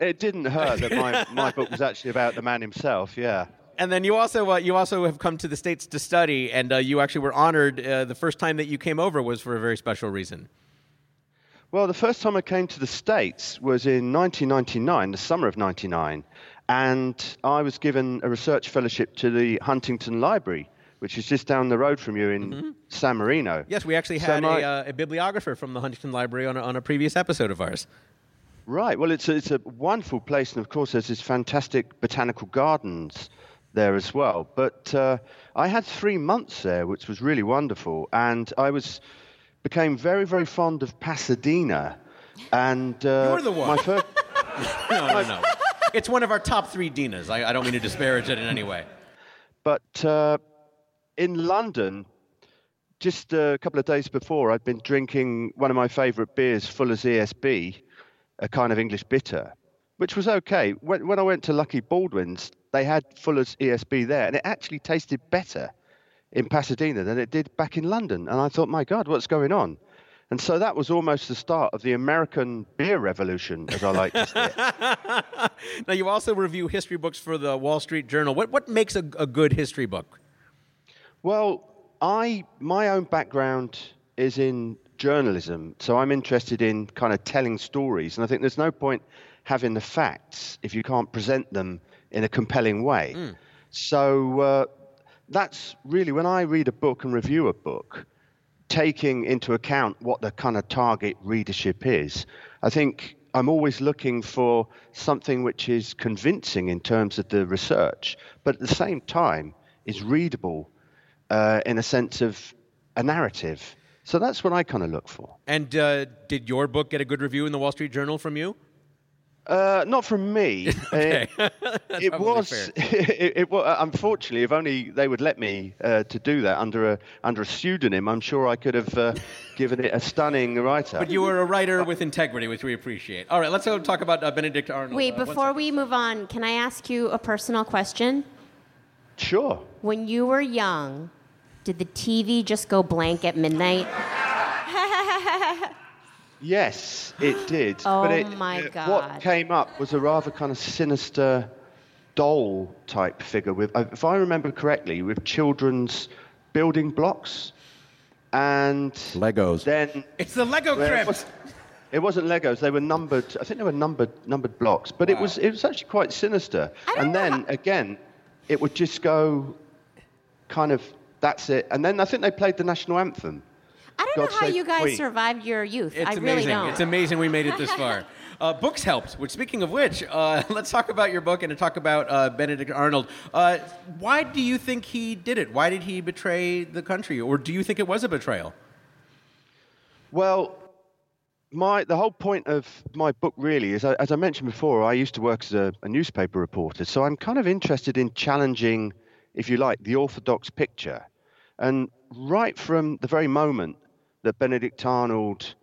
S9: It didn't hurt that my, my book was actually about the man himself. Yeah.
S2: And then you also uh, you also have come to the states to study, and uh, you actually were honored. Uh, the first time that you came over was for a very special reason.
S9: Well, the first time I came to the States was in 1999, the summer of 99, and I was given a research fellowship to the Huntington Library, which is just down the road from you in San Marino.
S2: Mm-hmm. Yes, we actually
S9: So
S2: had
S9: my-
S2: a, uh, a bibliographer from the Huntington Library on a, on a previous episode of ours.
S9: Right. Well, it's a, it's a wonderful place, and of course, there's this fantastic botanical gardens there as well. But uh, I had three months there, which was really wonderful, and I was became very very fond of Pasadena. And uh,
S2: You're the one.
S9: My first,
S2: No, no, no. it's one of our top three Dinas. I, I don't mean to disparage it in any way.
S9: but uh, in London, just a couple of days before, I'd been drinking one of my favourite beers, Fuller's ESB, a kind of English bitter, which was okay. When, when I went to Lucky Baldwin's, they had Fuller's ESB there, and it actually tasted better in Pasadena than it did back in London. And I thought, my God, what's going on? And so that was almost the start of the American beer revolution, as I like to say.
S2: now, you also review history books for the Wall Street Journal. What, what makes a, a good history book?
S9: Well, I my own background is in journalism, so I'm interested in kind of telling stories, and I think there's no point having the facts if you can't present them in a compelling way. So uh, that's really when I read a book and review a book, taking into account what the kind of target readership is. I think I'm always looking for something which is convincing in terms of the research, but at the same time is readable uh, in a sense of a narrative. So that's what I kind of look for.
S2: And uh, did your book get a good review in the Wall Street Journal from you?
S9: Uh, not from me.
S2: Okay.
S9: Uh, it
S2: probably
S9: was. It, it wa- Unfortunately, if only they would let me uh, to do that under a under a pseudonym, I'm sure I could have uh, given it a stunning writer.
S2: But you were a writer with integrity, which we appreciate. All right, let's go talk about uh, Benedict Arnold.
S1: Wait,
S2: Uh, one
S1: before we move on, can I ask you a personal question?
S9: sure.
S1: When you were young, did the TV just go blank at midnight?
S9: Yes, it did.
S1: Oh
S9: but it,
S1: my
S9: it-
S1: God.
S9: What came up was a rather kind of sinister doll type figure with, uh, if I remember correctly, with children's building blocks and
S3: Legos.
S9: then
S2: It's the Lego
S9: Well, it,
S2: Crypt.
S9: wasn't, it wasn't Legos. They were numbered. I think they were numbered numbered blocks. But it was it was actually quite sinister. And then again, it would just go, kind of that's it. And then I think they played the national anthem.
S1: I don't
S9: God
S1: know how
S9: save
S1: you guys
S9: Queen.
S1: survived your youth.
S2: It's
S1: I
S2: amazing.
S1: really don't.
S2: It's amazing we made it this far. Uh, books helped. Which, speaking of which, uh, let's talk about your book and talk about uh, Benedict Arnold. Uh, why do you think he did it? Why did he betray the country, or do you think it was a betrayal?
S9: Well, my the whole point of my book really is, I- as I mentioned before, I used to work as a, a newspaper reporter, so I'm kind of interested in challenging, if you like, the orthodox picture. And right from the very moment that Benedict Arnold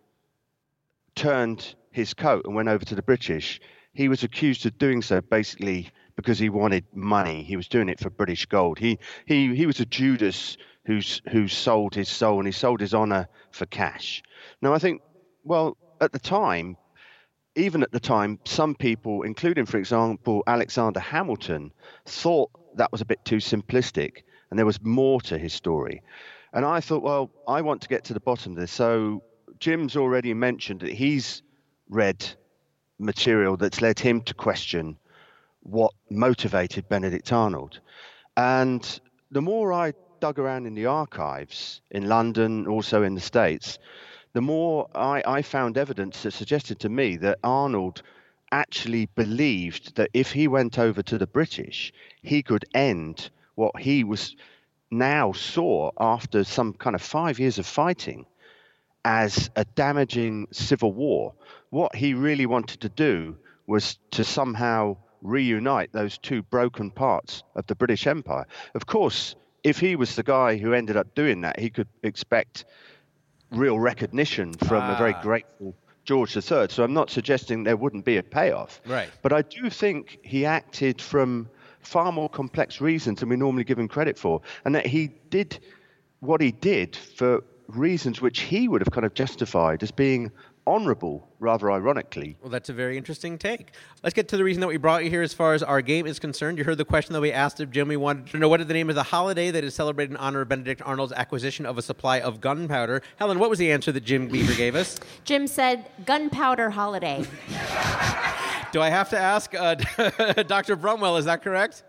S9: turned his coat and went over to the British, he was accused of doing so basically because he wanted money. He was doing it for British gold. He he he was a Judas who's who sold his soul and he sold his honor for cash. Now I think, well, at the time, even at the time, some people, including, for example, Alexander Hamilton, thought that was a bit too simplistic and there was more to his story. And I thought, well, I want to get to the bottom of this. So Jim's already mentioned that he's read material that's led him to question what motivated Benedict Arnold. And the more I dug around in the archives in London, also in the States, the more I, I found evidence that suggested to me that Arnold actually believed that if he went over to the British, he could end what he was now saw after some kind of five years of fighting as a damaging civil war. What he really wanted to do was to somehow reunite those two broken parts of the British Empire. Of course, if he was the guy who ended up doing that, he could expect real recognition from a
S2: Ah.
S9: very grateful George III. So I'm not suggesting there wouldn't be a payoff.
S2: Right.
S9: But I do think he acted from far more complex reasons than we normally give him credit for, and that he did what he did for reasons which he would have kind of justified as being honourable, rather ironically.
S2: Well, that's a very interesting take. Let's get to the reason that we brought you here as far as our game is concerned. You heard the question that we asked of Jim. We wanted to know what is the name of the holiday that is celebrated in honor of Benedict Arnold's acquisition of a supply of gunpowder. Helen, what was the answer that Jim Beaver gave us?
S1: Jim said, gunpowder holiday.
S2: Do I have to ask uh, Dr. Brumwell, is that correct?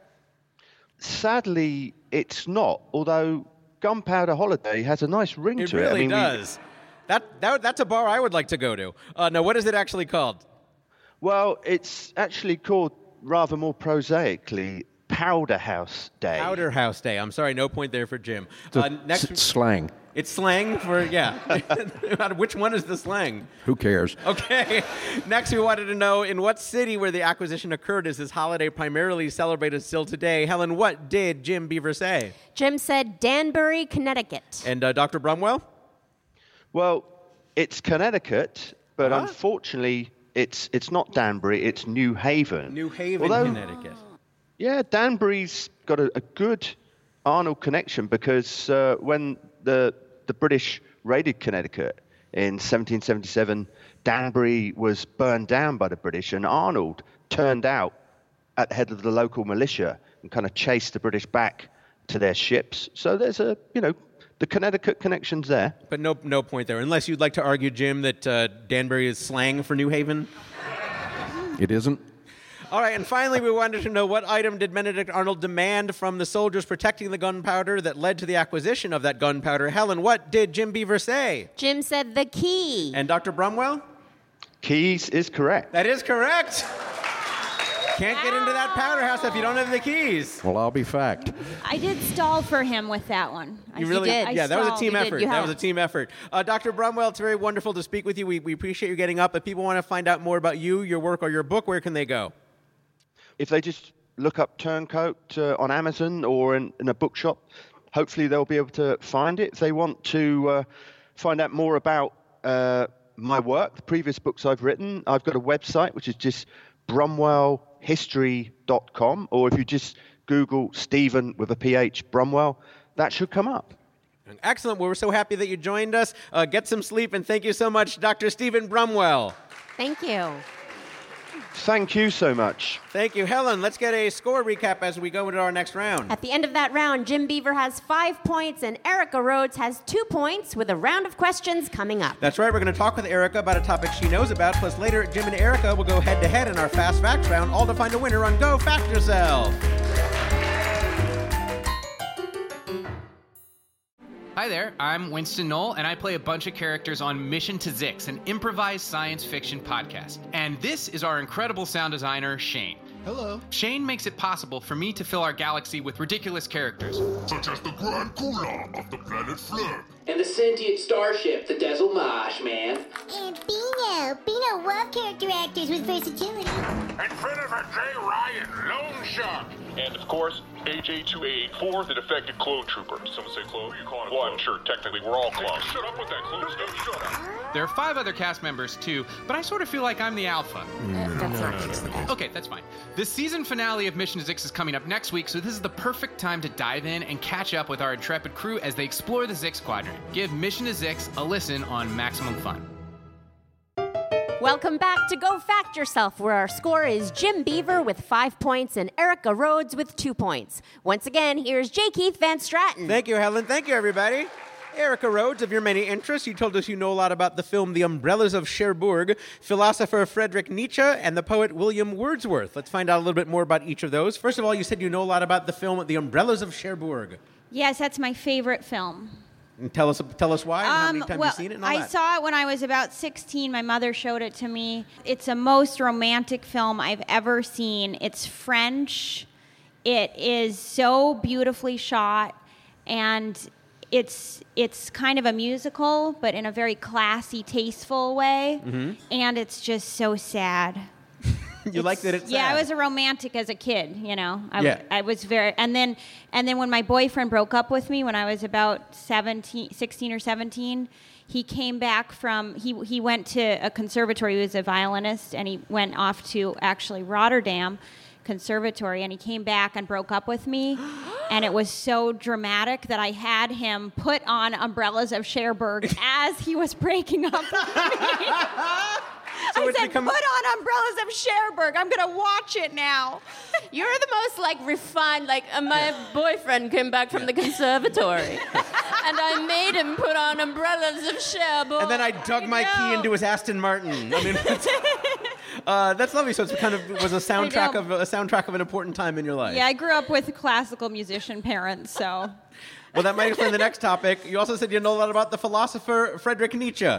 S9: Sadly, it's not, although Gunpowder Holiday has a nice ring
S2: It
S9: to it.
S2: really
S9: I mean, we-
S2: does. That, that, that's a bar I would like to go to. Uh, now, what is it actually called?
S9: well, it's actually called, rather more prosaically, Powder House Day.
S2: Powder House Day. I'm sorry, no point there for Jim. Uh, next,
S3: S- slang.
S2: it's slang for yeah. Which one is the slang?
S3: Who cares?
S2: Okay. Next, we wanted to know in what city where the acquisition occurred is this holiday primarily celebrated still today? Helen, what did Jim Beaver say?
S1: Jim said, Danbury, Connecticut.
S2: And uh, Dr. Brumwell?
S9: Well, it's Connecticut, but unfortunately, it's it's not Danbury. It's New Haven.
S2: New Haven,
S9: Although,
S2: Connecticut.
S9: Yeah, Danbury's got a, a good Arnold connection because uh, when the the British raided Connecticut, in 1777, Danbury was burned down by the British, and Arnold turned out at the head of the local militia and kind of chased the British back to their ships. So there's a, you know, the Connecticut connections there.
S2: But no, no point there. Unless you'd like to argue, Jim, that uh, Danbury is slang for New Haven.
S3: It isn't.
S2: All right, and finally, we wanted to know what item did Benedict Arnold demand from the soldiers protecting the gunpowder that led to the acquisition of that gunpowder? Helen, what did Jim Beaver say?
S1: Jim said the key.
S2: And Dr. Brumwell?
S9: Keys is correct.
S2: That is correct. Can't get into that powder house if you don't have the keys.
S3: Well, I'll be fact.
S4: I did stall for him with that one. I
S2: You really,
S4: did. I
S2: yeah, that was a
S4: stalled.
S2: team
S4: You did.
S2: effort.
S4: You
S2: That was a
S4: helped.
S2: team effort. Uh, Dr. Brumwell, it's very wonderful to speak with you. We, we appreciate you getting up. If people want to find out more about you, your work, or your book, where can they go?
S9: If they just look up Turncoat uh, on Amazon or in, in a bookshop, hopefully they'll be able to find it. If they want to uh, find out more about uh, my work, the previous books I've written, I've got a website which is just brumwellhistory.com, or if you just Google Stephen with a PH Brumwell, that should come up.
S2: Excellent. Well, we're so happy that you joined us. Uh, get some sleep, and thank you so much, Dr. Stephen Brumwell.
S1: Thank you.
S9: Thank you so much.
S2: Thank you, Helen. Let's get a score recap as we go into our next round.
S1: At the end of that round, Jim Beaver has five points and Erica Rhodes has two points with a round of questions coming up.
S2: That's right, we're going to talk with Erica about a topic she knows about. Plus, later, Jim and Erica will go head to head in our Fast Facts round, all to find a winner on Go Fact Yourself.
S10: Hi there, I'm Winston Knoll, and I play a bunch of characters on Mission to Zix, an improvised science fiction podcast. And this is our incredible sound designer, Shane. Hello. Shane makes it possible for me to fill our galaxy with ridiculous characters.
S11: such as the Grand Gulam of the planet Fleur.
S12: And the sentient starship, the Desil Maj, man.
S13: And Beano. Beano loved character actors with versatility.
S11: And Finifer J. Ryan, Lone Shark. And of course, AJ2884, the defective clone trooper. Some say clone, you call it Well, I'm sure technically we're all clones. Shut up with that clone stuff, shut up.
S10: There are five other cast members too, but I sort of feel like I'm the alpha. Okay, that's fine. The season finale of Mission Zix is coming up next week, so this is the perfect time to dive in and catch up with our intrepid crew as they explore the Zix Quadrant. Give Mission to Zix a listen on Maximum Fun.
S1: Welcome back to Go Fact Yourself, where our score is Jim Beaver with five points and Erica Rhodes with two points. Once again, here's J. Keith Van Stratton.
S2: Thank you, Helen. Thank you, everybody. Erica Rhodes, of your many interests, you told us you know a lot about the film The Umbrellas of Cherbourg, philosopher Frederick Nietzsche, and the poet William Wordsworth. Let's find out a little bit more about each of those. First of all, you said you know a lot about the film The Umbrellas of Cherbourg.
S4: Yes, that's my favorite film.
S2: And tell us, tell us why and how many times
S4: Um, well,
S2: you've seen it and all
S4: I
S2: that.
S4: saw it when I was about 16. My mother showed it to me. It's the most romantic film I've ever seen. It's French. It is so beautifully shot, and it's it's kind of a musical, but in a very classy, tasteful way.
S2: Mhm.
S4: And it's just so sad.
S2: You like that it's
S4: Yeah,
S2: sad.
S4: I was a romantic as a kid. You know, I,
S2: Yeah.
S4: I was very, and then, and then when my boyfriend broke up with me when I was about 17, 16 or seventeen, he came back from he he went to a conservatory. He was a violinist, and he went off to actually Rotterdam conservatory and he came back and broke up with me and it was so dramatic that i had him put on umbrellas of cherbourg as he was breaking up with me
S5: So
S4: I
S5: it's
S4: said,
S5: become-
S4: put on umbrellas of Cherbourg. I'm gonna watch it now.
S14: You're the most like refined. Like uh, my boyfriend came back from the conservatory, and I made him put on umbrellas of Cherbourg.
S2: and then I dug my key into his Aston Martin. I mean, that's, uh, that's lovely. So it's kind of was a soundtrack
S4: know.
S2: of a soundtrack of an important time in your life.
S4: Yeah, I grew up with classical musician parents, so
S2: Well, that might explain the next topic. You also said you know a lot about the philosopher Frederick Nietzsche.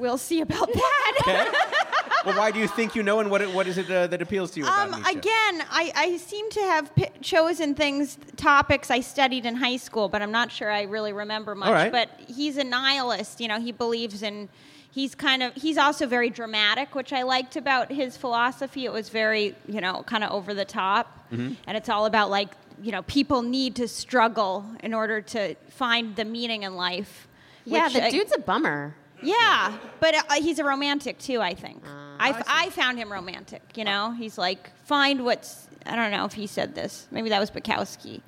S2: Okay.
S4: we'll see about that.
S2: well, why do you think you know, and what what is it uh, that appeals to you about
S4: Um,
S2: Nietzsche?
S4: again, I, I seem to have p- chosen things, topics I studied in high school, but I'm not sure I really remember much.
S2: All right.
S4: But he's a nihilist, you know, he believes in. He's kind of he's also very dramatic, which I liked about his philosophy. It was very, you know, kind of over the top.
S2: Mm-hmm.
S5: Mhm.
S4: And it's all about like, you know, people need to struggle in order to find the meaning in life.
S1: Yeah,
S4: which
S1: the
S4: I-
S1: dude's a bummer.
S4: yeah, but uh, he's a romantic too. I think I, f- I found him romantic. You know, he's like find what's I don't know if he said this. Maybe that was Bukowski.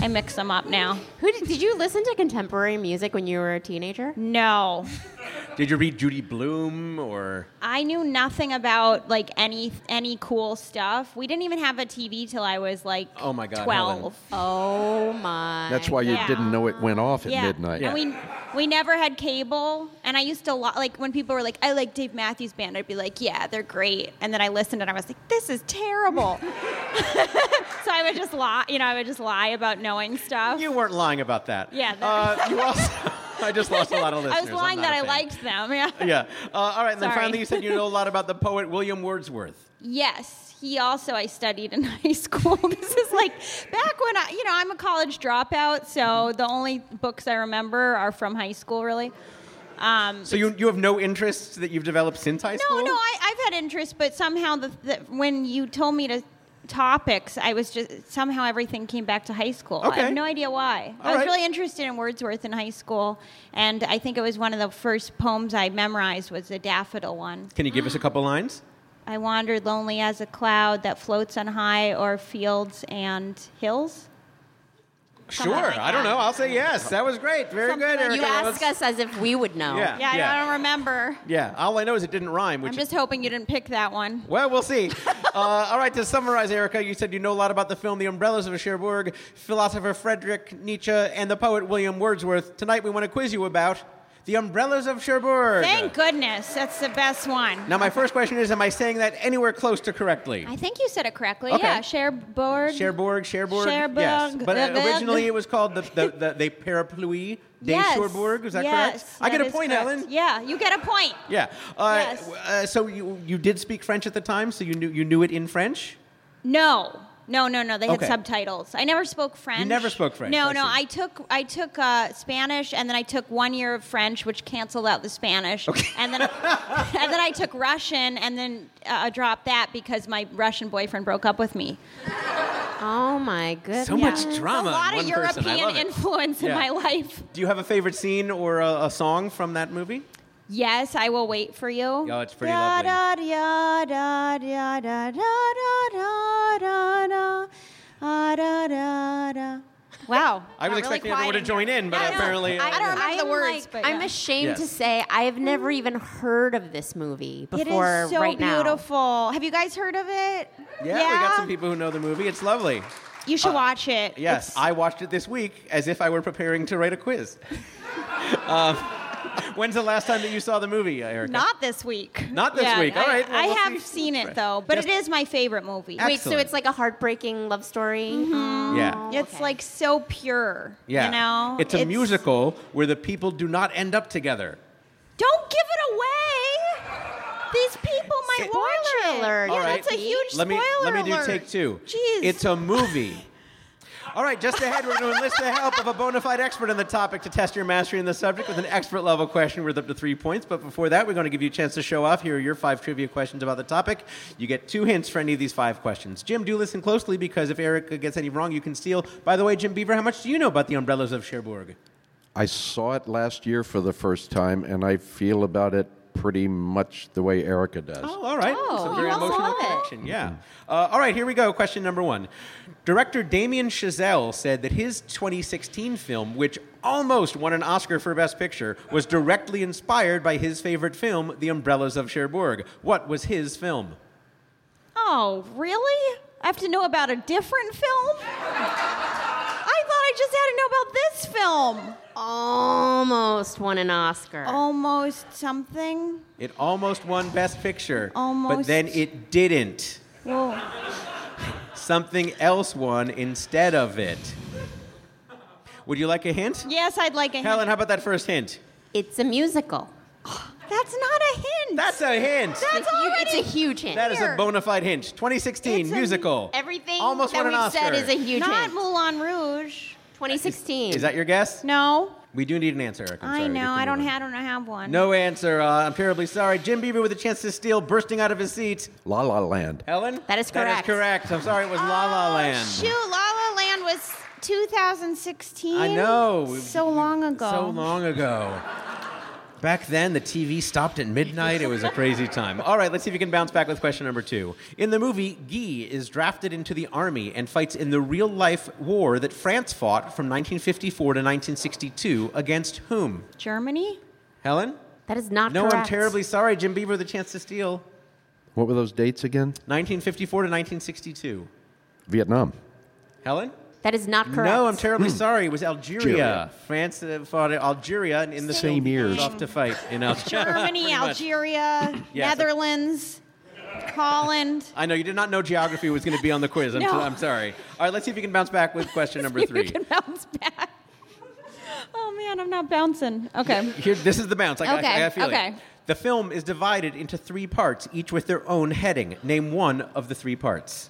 S4: I mix them up now.
S1: Who did, did you listen to contemporary music when you were a teenager?
S4: No.
S2: Did you read Judy Bloom or?
S4: I knew nothing about like any any cool stuff. We didn't even have a TV till I was like
S2: Oh my God,
S4: twelve.
S1: Oh my!
S3: That's why you didn't know it went off at
S4: yeah.
S3: midnight.
S4: And we we never had cable, and I used to lo- like when people were like, "I like Dave Matthews Band," I'd be like, "Yeah, they're great," and then I listened and I was like, "This is terrible." so I would just lie, you know, I would just lie about knowing stuff.
S2: You weren't lying about that.
S4: Yeah,
S2: Uh,
S4: that-
S2: you also. I just lost a lot of listeners.
S4: I was lying
S2: I'm not
S4: that
S2: a
S4: I
S2: fan.
S4: liked them. Yeah.
S2: Yeah. Uh, all right. And then
S4: Sorry.
S2: finally, you said you know a lot about the poet William Wordsworth.
S4: Yes, he also I studied in high school. this is like back when I, you know, I'm a college dropout,
S2: Mm-hmm.
S4: so the only books I remember are from high school, really. Um,
S2: So you you have no interests that you've developed since high school.
S4: no, no, I, I've had interest, but somehow the, the when you told me to topics, I was just somehow everything came back to high school. I
S15: Okay.
S4: have no idea why.
S15: All
S4: I was
S15: right.
S4: really interested in Wordsworth in high school, and I think it was one of the first poems I memorized was the daffodil one.
S2: Can you give us a couple lines?
S4: I wandered lonely as a cloud that floats on high o'er fields and hills.
S2: Sure. I don't know. I'll say yes. That was great. Very good, Erica.
S1: you ask us as if we would know.
S2: Yeah,
S4: Yeah,
S2: yeah.
S4: I don't remember.
S2: Yeah. All I know is it didn't rhyme. Which
S4: I'm
S2: is-
S4: just hoping you didn't pick that one.
S2: Well, we'll see. uh, all right, to summarize, Erica, you said you know a lot about the film The Umbrellas of Cherbourg, philosopher Frederick Nietzsche, and the poet William Wordsworth. Tonight we want to quiz you about The Umbrellas of Cherbourg.
S4: Thank goodness. That's the best one.
S2: Now, my first question is Am I saying that anywhere close to correctly?
S4: I think you said it correctly.
S2: Okay.
S4: Yeah, Cherbourg.
S2: Cherbourg, Cherbourg,
S4: Cherbourg.
S2: yes. But uh,
S4: Cherbourg.
S2: originally it was called the the, the, the Parapluie de
S4: Yes.
S2: Cherbourg. Is that
S4: yes,
S2: correct? I
S4: that
S2: get a
S4: is
S2: point,
S4: correct.
S2: Ellen.
S4: Yeah, you get a point.
S2: Yeah. Uh,
S4: Yes.
S2: w- uh, so you you did speak French at the time, so you knew you knew it in French.
S4: No. No, no, no. They had
S2: Okay.
S4: subtitles. I never spoke French.
S2: never spoke French,
S4: No,
S2: I
S4: no.
S2: see.
S4: I took I took uh, Spanish, and then I took one year of French, which canceled out the Spanish. And then and then I took Russian, and then uh, I dropped that because my Russian boyfriend broke up with me.
S1: Oh my goodness!
S2: So much drama
S4: A
S2: in
S4: lot of
S2: one person. I
S4: European
S2: love it.
S4: influence in
S2: Yeah.
S4: my life.
S2: Do you have a favorite scene or a, a song from that movie?
S4: Yes, I will wait for you.
S2: Oh, it's pretty
S4: da,
S2: lovely.
S4: Da, da, da, da, da, da, da, da, da, da, ah, da, da, da. Wow.
S2: I was
S4: Got really
S2: expecting everyone to
S4: quiet in
S2: join in, but apparently uh,
S4: I don't remember the
S1: I'm
S4: words,
S1: like-
S4: but
S1: I'm
S4: yeah.
S1: ashamed to
S2: Yes.
S1: say I have never even heard of this movie
S4: It
S1: before
S4: is so
S1: right now.
S4: beautiful. Have you guys heard of it?
S2: Yeah, we got some people who know the movie. It's lovely.
S4: You should watch it.
S2: Yes, I watched it this week as if I were preparing to write a quiz. Um, when's the last time that you saw the movie, Erica?
S4: Not this week.
S2: Not this
S4: Yeah,
S2: week. All
S4: I-
S2: right. well,
S4: I
S2: we'll
S4: have
S2: see.
S4: seen it though, but it is my favorite movie.
S1: Wait, so it's like a heartbreaking love story?
S4: Mm-hmm.
S2: Yeah.
S4: It's like so pure.
S2: Yeah.
S4: You know?
S2: it's a musical where the people do not end up together.
S4: Don't give it away. These people might watch it.
S1: alert,
S4: Yeah,
S2: All right.
S4: that's a huge
S2: let me,
S4: spoiler
S2: Let me do
S4: alert.
S2: take two.
S4: Jeez.
S2: It's a movie. All right, just ahead, we're going to enlist the help of a bona fide expert on the topic to test your mastery in the subject with an expert level question worth up to three points. But before that, we're going to give you a chance to show off. Here are your five trivia questions about the topic. You get two hints for any of these five questions. Jim, do listen closely because if Erica gets any wrong, you can steal. By the way, Jim Beaver, how much do you know about the umbrellas of Cherbourg?
S3: I saw it last year for the first time, and I feel about it pretty much the way Erica does.
S2: Oh, all right.
S1: Oh,
S2: It's a
S1: you
S2: very
S1: also
S2: emotional
S1: love it.
S2: connection. Yeah. Uh, all right, here we go. Question number one. Director Damien Chazelle said that his 2016 film, which almost won an Oscar for Best Picture, was directly inspired by his favorite film, The Umbrellas of Cherbourg. What was his film?
S4: Oh, really? I have to know about a different film? I thought I just had to know about this film.
S1: Almost won an Oscar.
S4: Oh. Almost something.
S2: It almost won Best Picture, but
S4: Almost.
S2: then it didn't.
S4: Whoa.
S2: Something else won instead of it. Would you like a hint?
S4: Yes, I'd like a hint.
S2: Helen, how about that first hint?
S1: It's a musical.
S4: That's not a hint.
S2: That's a hint.
S4: That's
S1: It's a hu-
S4: already
S1: it's a huge hint.
S2: That is a bona fide hint. 2016 musical.
S1: Everything
S2: Almost
S1: that
S2: won
S1: we've
S2: an
S1: said
S2: Oscar.
S1: is a huge
S4: Not
S1: hint.
S4: Moulin Rouge.
S1: 2016.
S2: Is that your guess?
S4: No.
S2: We do need an answer, Eric. I'm
S4: I
S2: sorry, we
S4: know.
S2: have to
S4: I don't,
S2: move
S4: ha- I don't have one.
S2: on. No answer. Uh, I'm terribly sorry. Jim Beaver with a chance to steal, bursting out of his seat.
S3: La La Land.
S2: Helen?
S1: That is
S2: That is
S1: correct. Oh,
S2: correct. I'm sorry, it was La La Land.
S4: Oh, Shoot, La La Land was 2016.
S2: I know.
S4: So long ago.
S2: So long ago. Back then, the TV stopped at midnight. It was a crazy time. All right, let's see if you can bounce back with question number two. In the movie, Guy is drafted into the army and fights in the real life war that France fought from 1954 to 1962 against whom?
S4: Germany?
S2: Helen?
S1: That is not
S2: No, I'm
S1: correct.
S2: terribly sorry. Jim Beaver, the chance to steal.
S3: What were those dates again?
S2: 1954 to 1962.
S3: Vietnam.
S2: Helen?
S1: That is not correct.
S2: No, I'm terribly sorry. It was Algeria.
S3: Algeria.
S2: France uh, fought Algeria and in the
S3: Same years.
S2: Off to fight in Algeria.
S4: Germany,
S2: Pretty much.
S4: Algeria,
S2: Yes.
S4: Netherlands, Holland.
S2: I know you did not know geography was going to be on the quiz. I'm,
S4: No.
S2: I'm sorry. All right, let's see if you can bounce back with question number
S4: You
S2: three.
S4: can bounce back. Oh man, I'm not bouncing. Okay.
S2: Here, this is the bounce. I got, I
S4: Okay,
S2: got a feeling.
S4: okay.
S2: The film is divided into three parts, each with their own heading. Name one of the three parts.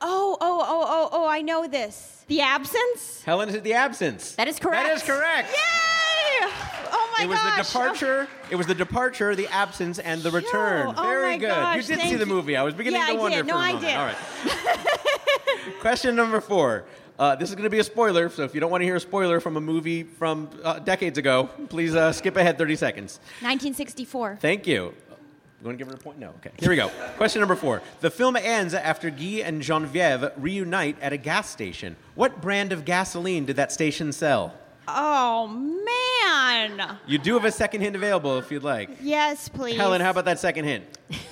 S4: Oh, oh, oh, oh, oh, I know this. The absence?
S2: Helen is it the absence.
S4: That is
S2: That is correct.
S4: Yay! Oh my
S2: it was
S4: gosh.
S2: the departure. It was the departure, the absence, and the return.
S4: oh
S2: Very
S4: my
S2: good.
S4: gosh,
S2: you did
S4: thank
S2: see the
S4: you.
S2: movie. I was beginning
S4: Yeah,
S2: to
S4: I
S2: wonder
S4: did.
S2: for
S4: No,
S2: a
S4: I
S2: moment.
S4: did.
S2: All right. Question number four. Uh, this is going to be a spoiler, so if you don't want to hear a spoiler from a movie from uh, decades ago, please uh, skip ahead 30 seconds.
S4: Oh. 1964.
S2: Thank you. You want to give her a point? No. Okay. Here we go. Question number four. The film ends after Guy and Geneviève reunite at a gas station. What brand of gasoline did that station sell?
S4: Oh man.
S2: You do have a second hint available if you'd like.
S4: Yes, please.
S2: Helen, how about that second hint?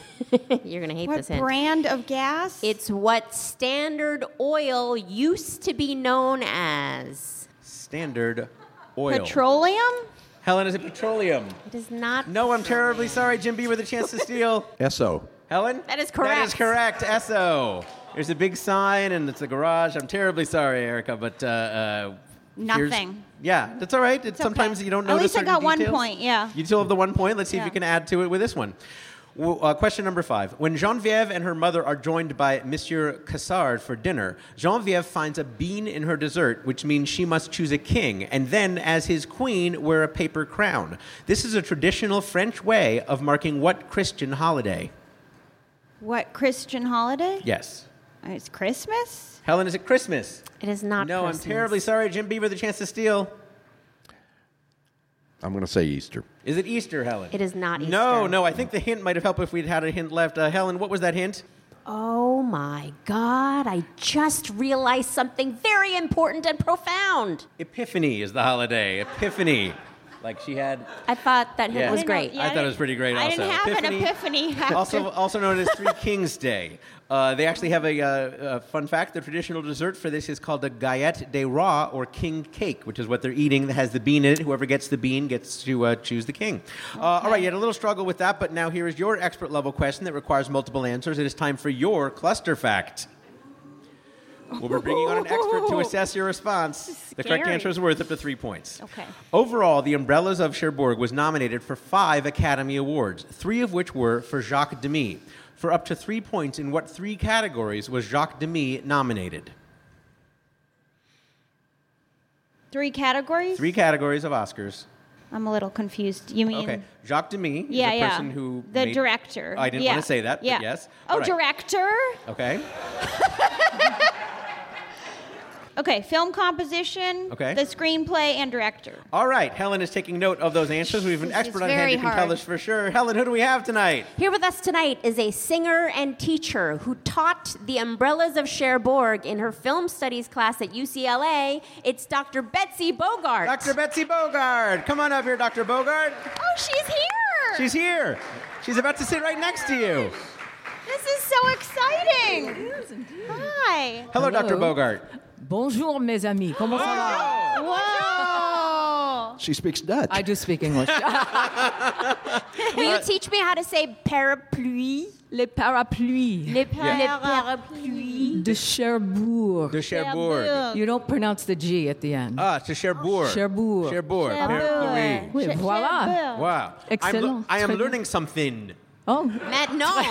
S1: You're going to hate
S4: What
S1: this hint.
S4: brand of gas?
S1: It's what Standard Oil used to be known as.
S2: Standard oil.
S4: Petroleum?
S2: Helen, is it petroleum?
S1: It is not.
S2: No, I'm terribly sorry, Jim B, with a chance to steal.
S3: Esso.
S2: Helen?
S1: That is
S2: That is correct, Esso. There's a big sign and it's a garage. I'm terribly sorry, Erica, but. Uh, uh, here's-
S4: Nothing.
S2: Yeah, that's all right. It, sometimes you don't
S4: At
S2: notice
S4: least I
S2: certain
S4: got one
S2: details.
S4: point, yeah.
S2: You still have the one point. Let's see if
S4: Yeah.
S2: you can add to it with this one. Well, uh, question number five. When Geneviève and her mother are joined by Monsieur Cassard for dinner, Geneviève finds a bean in her dessert, which means she must choose a king, and then, as his queen, wear a paper crown. This is a traditional French way of marking what Christian holiday?
S4: What Christian holiday?
S2: Yes.
S4: It's Christmas?
S2: Helen, is it Christmas?
S1: It is not
S2: no,
S1: Christmas.
S2: I'm terribly sorry. Jim Beaver, the chance to steal.
S3: I'm going to say Easter.
S2: Is it Easter, Helen?
S1: It is not Easter.
S2: No, no. I think the hint might have helped if we'd had a hint left. Uh, Helen, what was that hint?
S1: Oh my God, I just realized something very important and profound.
S2: Epiphany is the holiday. Epiphany. Like she had.
S1: I thought that hint
S2: Yeah.
S1: was
S2: I
S1: great.
S2: I, thought it was pretty great.
S4: I
S2: also,
S4: didn't have
S2: epiphany,
S4: an epiphany.
S2: also, also known as Three Kings Day. Uh, they actually have a, uh, uh fun fact. The traditional dessert for this is called a galette de roi or king cake, which is what they're eating that has the bean in it. Whoever gets the bean gets to uh, choose the king. Uh, all right, you had a little struggle with that, but now here is your expert level question that requires multiple answers. It is time for your cluster fact. Well, we're bringing on an expert to assess your response. The correct
S15: scary.
S2: answer is worth up to three points.
S15: Okay.
S2: Overall, The Umbrellas of Cherbourg was nominated for five Academy Awards, three of which were for Jacques Demy. For up to three points, in what three categories was Jacques Demy nominated?
S4: Three categories?
S2: Three categories of Oscars.
S4: I'm a little confused. You mean
S2: Okay. Jacques Demy
S4: Yeah,
S2: is the
S4: yeah.
S2: person who.
S4: the
S2: made-
S4: director?
S2: I didn't
S4: Yeah.
S2: want to say that,
S4: Yeah.
S2: but yes.
S4: Oh,
S2: All right.
S4: director.
S2: Okay.
S4: Okay, film composition.
S2: Okay.
S4: The screenplay and director.
S2: All right. Helen is taking note of those answers. We have an
S4: This is
S2: expert on
S4: very
S2: hand who can
S4: hard.
S2: tell us for sure. Helen, who do we have tonight?
S1: Here with us tonight is a singer and teacher who taught the umbrellas of Cherbourg in her film studies class at UCLA. It's Dr. Betsy Bogart.
S2: Dr. Betsy Bogard. Come on up here, Dr. Bogard.
S5: Oh, she's here.
S2: She's here. She's about to sit right next to you.
S5: This is so exciting. Hi.
S2: Hello, Dr. Bogart.
S16: Bonjour, mes amis. Comment ça va?
S5: Whoa.
S3: She speaks Dutch.
S16: I do speak English.
S1: Will you teach me how to say parapluie?
S16: Les parapluies.
S1: Le
S16: Yeah.
S1: le parapluie.
S16: De Cherbourg.
S2: De Cherbourg. Cherbourg.
S16: You don't pronounce the G at the end.
S2: Ah, to Cherbourg.
S16: Cherbourg.
S2: Cherbourg.
S16: Cherbourg. Oui,
S2: Cherbourg.
S16: voilà.
S2: Wow. I'm
S16: Excellent.
S2: I am
S16: Très bien.
S2: learning something.
S16: Oh.
S1: Maintenant.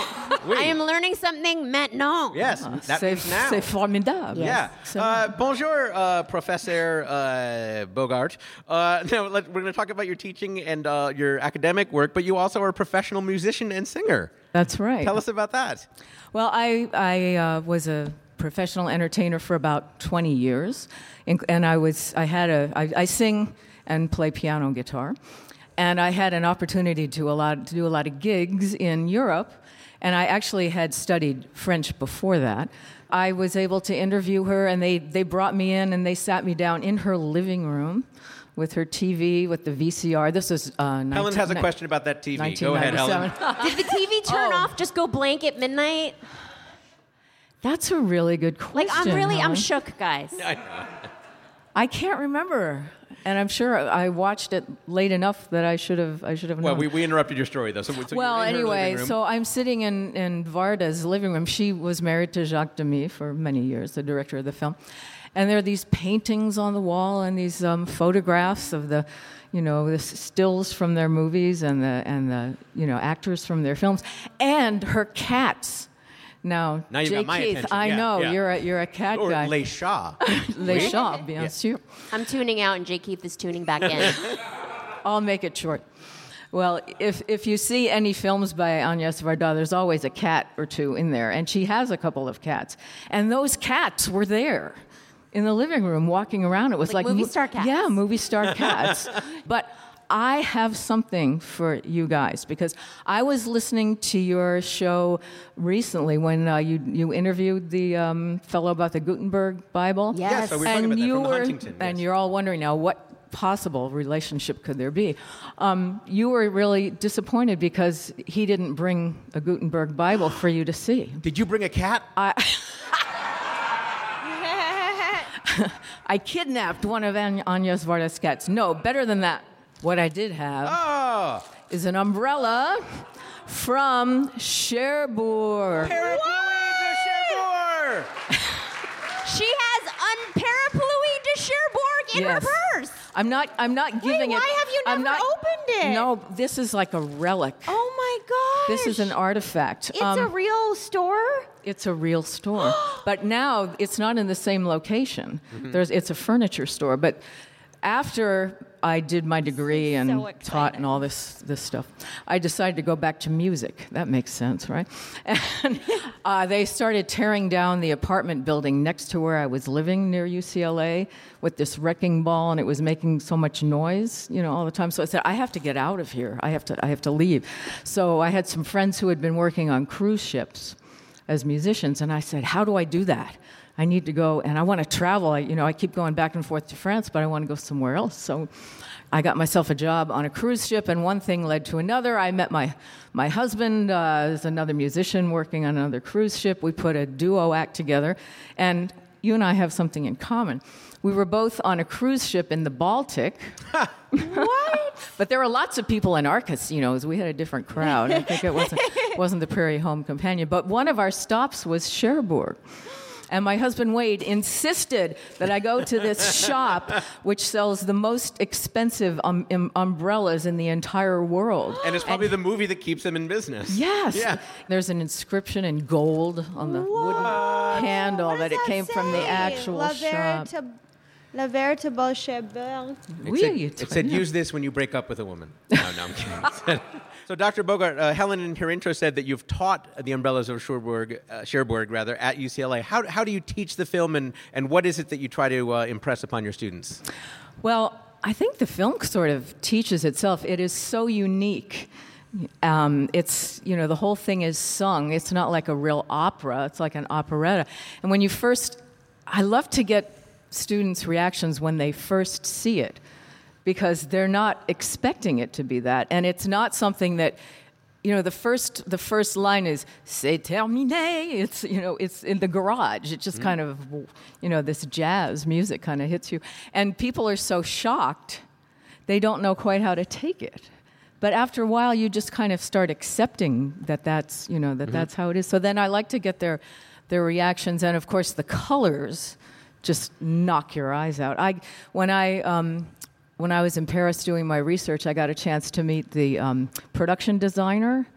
S1: I am learning something maintenant.
S2: Yes. that
S16: Ah, C'est
S2: means now.
S16: c'est formidable.
S2: Yeah. Uh, bonjour, uh, Professor uh, Bogart. Uh, now, let, we're going to talk about your teaching and uh, your academic work, but you also are a professional musician and singer.
S16: That's right.
S2: Tell us about that.
S16: Well, I, I uh, was a professional entertainer for about 20 years, in- and I was I had a I, I sing
S9: and play piano and guitar. And I had an opportunity to, a lot, to do a lot of gigs in Europe. And I actually had studied French before that. I was able to interview her, and they, they brought me in and they sat me down in her living room with her TV, with the VCR. This was uh,
S2: Helen has a
S9: 19
S2: question about that TV. Go ahead, Helen.
S9: 1997.
S1: Did the TV turn
S16: Oh.
S1: off? Just go blank at midnight.
S9: That's a really good
S1: Like
S9: question.
S1: I'm really, I'm
S9: Helen.
S1: shook, guys.
S9: I can't remember, and I'm sure I watched it late enough that I should have. I should have known.
S2: Well, we, we interrupted your story, though. So, we- so you
S9: well,
S2: were in her
S9: anyway,
S2: living room.
S9: so I'm sitting in, in Varda's living room. She was married to Jacques Demy for many years, the director of the film. And there are these paintings on the wall and these um, photographs of the, you know, the s- stills from their movies and the, and the, you know, actors from their films and her cats. Now,
S2: Now you've
S9: Jay
S2: got my
S9: Keith,
S2: attention.
S9: Oh, I
S2: Yeah,
S9: know
S2: yeah.
S9: you're a you're a cat
S2: or
S9: guy.
S2: Les Chats.
S9: Les Chats, bien sûr.
S1: I'm tuning out, and Jay Keith is tuning back in.
S9: I'll make it short. Well, if, if you see any films by Agnes Varda, there's always a cat or two in there, and she has a couple of cats. And those cats were there in the living room walking around. It was
S1: Like
S9: like,
S1: movie
S9: mo-
S1: star cats.
S9: Yeah, movie star cats. but I have something for you guys because I was listening to your show recently when uh, you, you interviewed the um, fellow about the Gutenberg Bible.
S1: Yes. Yes, I was talking
S9: and
S1: about that
S9: you
S1: from the
S9: were,
S1: Huntington,
S9: and you're all wondering now what possible relationship could there be. Um, you were really disappointed because he didn't bring a Gutenberg Bible for you to see.
S2: Did you bring a cat?
S9: I, I kidnapped one of An- Anya's Varda's cats. No, better than that. What I did have
S2: Oh. Ah,
S9: is an umbrella from Cherbourg.
S2: Cherbourg!
S1: She has unparapluie de Cherbourg in
S9: Yes.
S1: her purse.
S9: I'm not. I'm not giving it.
S1: why have you
S9: I'm
S1: never
S9: not-
S1: opened it?
S9: No, this is like a relic.
S4: Oh my gosh.
S9: This is an artifact.
S4: It's
S9: Um,
S4: a real store?
S9: It's a real store, but now it's not in the same location. There's, it's a furniture store, but after I did my degree and taught and all this this stuff, I decided to go back to music. That makes sense, right? And uh, they started tearing down the apartment building next to where I was living near UCLA with this wrecking ball, and it was making so much noise, you know, all the time. So I said, I have to get out of here. I have to. I have to leave. So I had some friends who had been working on cruise ships as musicians and i said how do i do that i need to go and i want to travel I, you know i keep going back and forth to france but i want to go somewhere else so i got myself a job on a cruise ship and one thing led to another i met my, my husband uh, is another musician working on another cruise ship we put a duo act together and you and i have something in common we were both on a cruise ship in the baltic but there were lots of people in Arcus, you know, as we had a different crowd. I think it wasn't, wasn't the Prairie Home Companion. But one of our stops was Cherbourg. And my husband Wade insisted that I go to this shop which sells the most expensive um, um, umbrellas in the entire world.
S2: And it's probably the movie that keeps them in business.
S9: Yes.
S2: Yeah.
S9: There's an inscription in gold on the wooden handle that it came from the actual
S4: La
S9: shop.
S4: Verita- La Veritable Sheberg.
S2: It said, it said, use this when you break up with a woman. No, no, I'm kidding. It said- so, Dr. Bogart, uh, Helen in her intro said that you've taught the umbrellas of Cherbourg, uh, Cherbourg rather, at UCLA. How, how do you teach the film, and, and what is it that you try to uh, impress upon your students?
S9: Well, I think the film sort of teaches itself. It is so unique. Um, it's you know the whole thing is sung. It's not like a real opera. It's like an operetta. And when you first, I love to get students' reactions when they first see it, because they're not expecting it to be that, and it's not something that you know the first the first line is c'est terminé it's you know it's in the garage it just kind of you know this jazz music kind of hits you and people are so shocked they don't know quite how to take it but after a while you just kind of start accepting that that's you know that that's how it is so then i like to get their their reactions and of course the colors just knock your eyes out i when i um, when I was in Paris doing my research, I got a chance to meet the um, production designer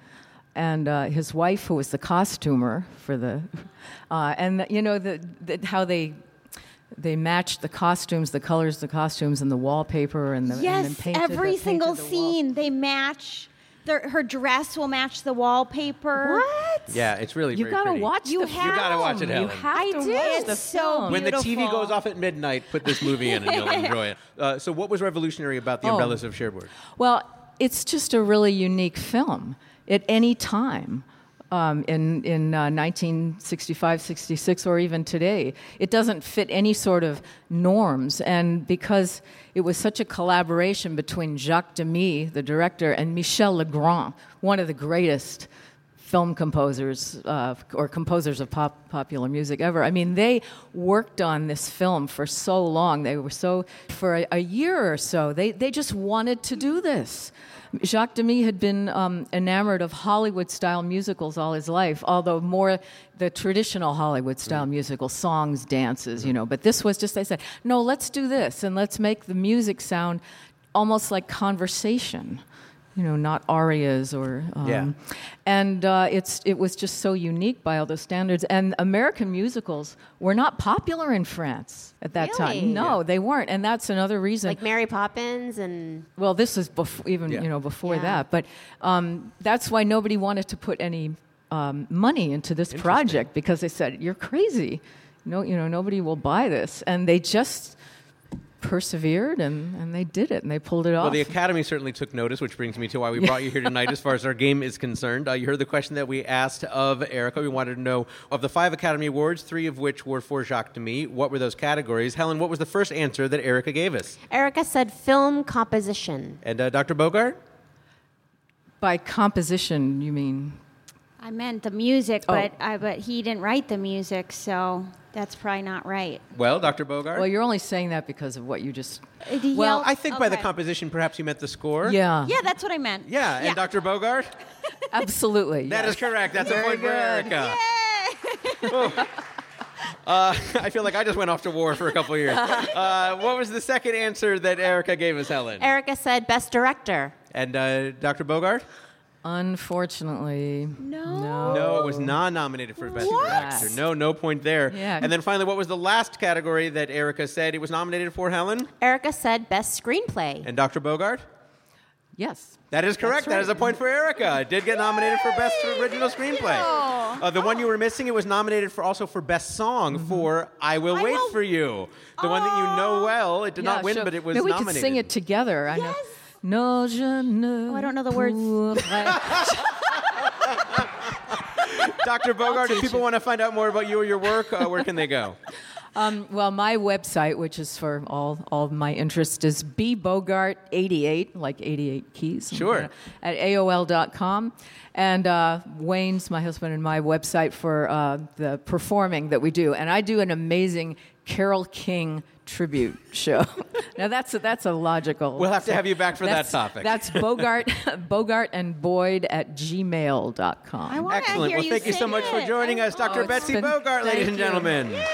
S9: and uh, his wife, who was the costumer for the, uh, and you know the, the how they they matched the costumes, the colors, the costumes, and the wallpaper, and the and then
S4: Yes,
S9: painted the-
S4: every
S9: painted
S4: single
S9: the wall.
S4: scene they match their, her dress will match the wallpaper. What?
S2: Yeah, it's really
S4: You
S2: very
S4: gotta
S2: pretty.
S4: watch You the have-
S2: You gotta watch it,
S4: You
S2: Helen.
S4: have I to do. watch the It's so film.
S2: When the TV
S4: beautiful.
S2: goes off at midnight, put this movie in and you'll enjoy it. Uh, so, what was revolutionary about The
S9: Oh.
S2: Umbrellas of Cherbourg?
S9: Well, it's just a really unique film at any time. Um, in in uh, 1965, 66, or even today, it doesn't fit any sort of norms. And because it was such a collaboration between Jacques Demy, the director, and Michel Legrand, one of the greatest film composers uh, or composers of pop, popular music ever. I mean, they worked on this film for so long. They were so, for a, a year or so, they, they just wanted to do this. Jacques Demy had been um, enamored of Hollywood style musicals all his life, although more the traditional Hollywood style musical songs, dances, you know. But this was just, they said, no, let's do this and let's make the music sound almost like conversation you know, not arias or. Um,
S17: Yeah.
S9: And uh, it's it was just so unique by all those standards. And American musicals were not popular in France at that
S1: Really?
S9: time. No, they weren't, and that's another reason.
S1: Like Mary Poppins and
S9: well, this is bef- even
S1: Yeah.
S9: you know before
S1: Yeah.
S9: that, but um, that's why nobody wanted to put any um, money into this project because they said you're crazy. No, you know nobody will buy this, and they just persevered and, and they did it and they pulled it off.
S2: Well, the Academy certainly took notice, which brings me to why we brought you here tonight as far as our game is concerned. Uh, you heard the question that we asked of Erica. We wanted to know of the five Academy Awards, three of which were for Jacques Demy, what were those categories? Helen, what was the first answer that Erica gave us?
S1: Erica said film composition.
S2: And uh, Dr. Bogart?
S9: By composition, you mean?
S4: I meant the music,
S9: Oh.
S4: but I, but he didn't write the music, so that's probably not right.
S2: Well, Dr. Bogart?
S9: Well, you're only saying that because of what you just.
S4: Uh,
S2: well, I think by the composition, perhaps you meant the score.
S9: Yeah.
S4: Yeah, that's what I meant.
S2: Yeah, and Dr. Bogart?
S9: Absolutely.
S2: That is correct. That's a
S9: Very
S2: point for
S9: good.
S2: Erica. Oh. Uh, I feel like I just went off to war for a couple of years. Uh, what was the second answer that Erica gave us, Helen?
S9: Er-
S1: Erica said best director.
S2: And uh, Dr. Bogart?
S9: Unfortunately. No. No.
S2: No, it was non-nominated for Best
S9: What?
S2: Director. No, no point there.
S9: Yeah.
S2: And then finally, what was the last category that Erica said it was nominated for, Helen?
S1: Erica said best screenplay.
S2: And Dr. Bogart?
S9: Yes.
S2: That is correct. That is a point for Erica. It did get nominated for Best Original Screenplay.
S1: you.
S2: Uh, the one you were missing, it was nominated for also for Best Song
S9: Mm-hmm.
S2: for "I Will Wait for You," the one that you know well. It did
S9: Oh. Yeah,
S2: not win,
S9: sure.
S2: but it was
S9: Maybe we
S2: nominated.
S9: could sing it together. I know. No, je ne. Oh, I don't know the words.
S2: Dr. Bogart, if people want to find out more about you or your work, uh, where can they go?
S9: Um, well, my website, which is for all, all of my interest, is bbogart88, like 88 keys.
S2: Sure.
S9: At AOL.com. And uh, Wayne's, my husband, and my website for uh, the performing that we do. And I do an amazing Carol King tribute show. now, that's a, that's a logical.
S2: We'll have to have you back for that
S9: That's-
S2: topic.
S9: That's Bogart, Bogart and Boyd at gmail.com. I
S2: Excellent. Well, thank you so much for joining us, Dr.
S9: it's
S2: Betsy
S9: been-
S2: Bogart, ladies
S9: thank
S2: and
S9: you.
S2: gentlemen.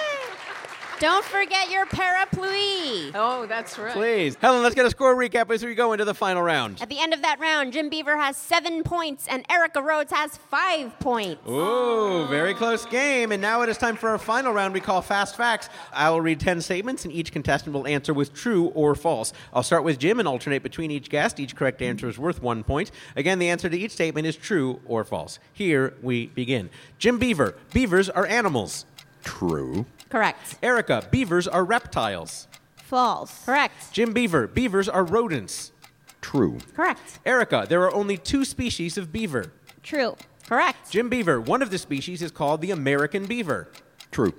S1: Don't forget your parapluie.
S9: Oh, that's right.
S2: Please, Helen, let's get a score recap as we go into the final round.
S1: At the end of that round, Jim Beaver has seven points and Erica Rhodes has five points.
S9: Oh.
S2: Ooh, very close game. And now it is time for our final round we call Fast Facts. I will read 10 statements, and each contestant will answer with true or false. I'll start with Jim and alternate between each guest. Each correct answer is worth one point. Again, the answer to each statement is true or false. Here we begin. Jim Beaver, beavers are animals. True.
S1: Correct.
S2: Erica, beavers are reptiles.
S4: False. Correct.
S2: Jim Beaver, beavers are rodents. True.
S1: Correct.
S2: Erica, there are only two species of beaver.
S4: True.
S1: Correct.
S2: Jim Beaver, one of the species is called the American beaver. True.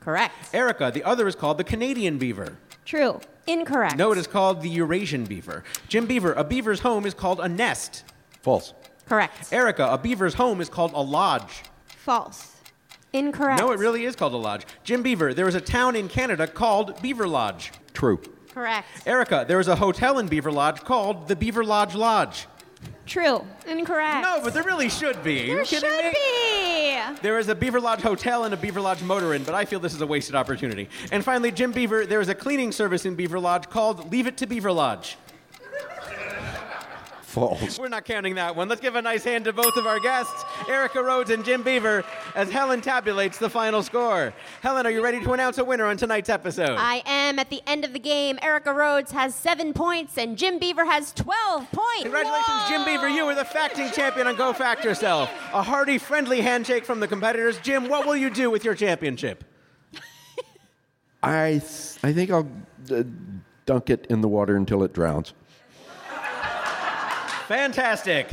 S1: Correct.
S2: Erica, the other is called the Canadian beaver.
S4: True.
S1: Incorrect.
S2: No, it is called the Eurasian beaver. Jim Beaver, a beaver's home is called a nest. False.
S1: Correct.
S2: Erica, a beaver's home is called a lodge.
S4: False.
S1: Incorrect.
S2: No, it really is called a lodge. Jim Beaver, there is a town in Canada called Beaver Lodge. True.
S1: Correct.
S2: Erica, there is a hotel in Beaver Lodge called the Beaver Lodge Lodge.
S4: True.
S1: Incorrect.
S2: No, but there really should be. Are you
S4: There
S2: kidding
S4: should
S2: me?
S4: be.
S2: There is a Beaver Lodge Hotel and a Beaver Lodge Motor Inn, but I feel this is a wasted opportunity. And finally, Jim Beaver, there is a cleaning service in Beaver Lodge called Leave It to Beaver Lodge.
S3: Falls.
S2: We're not counting that one. Let's give a nice hand to both of our guests, Erica Rhodes and Jim Beaver, as Helen tabulates the final score. Helen, are you ready to announce a winner on tonight's episode?
S1: I am at the end of the game. Erica Rhodes has seven points, and Jim Beaver has 12 points.
S2: Congratulations, Jim Beaver. You were the facting champion on Go Fact Yourself. A hearty, friendly handshake from the competitors. Jim, what will you do with your championship?
S3: I, th- I think I'll uh, dunk it in the water until it drowns.
S2: Fantastic.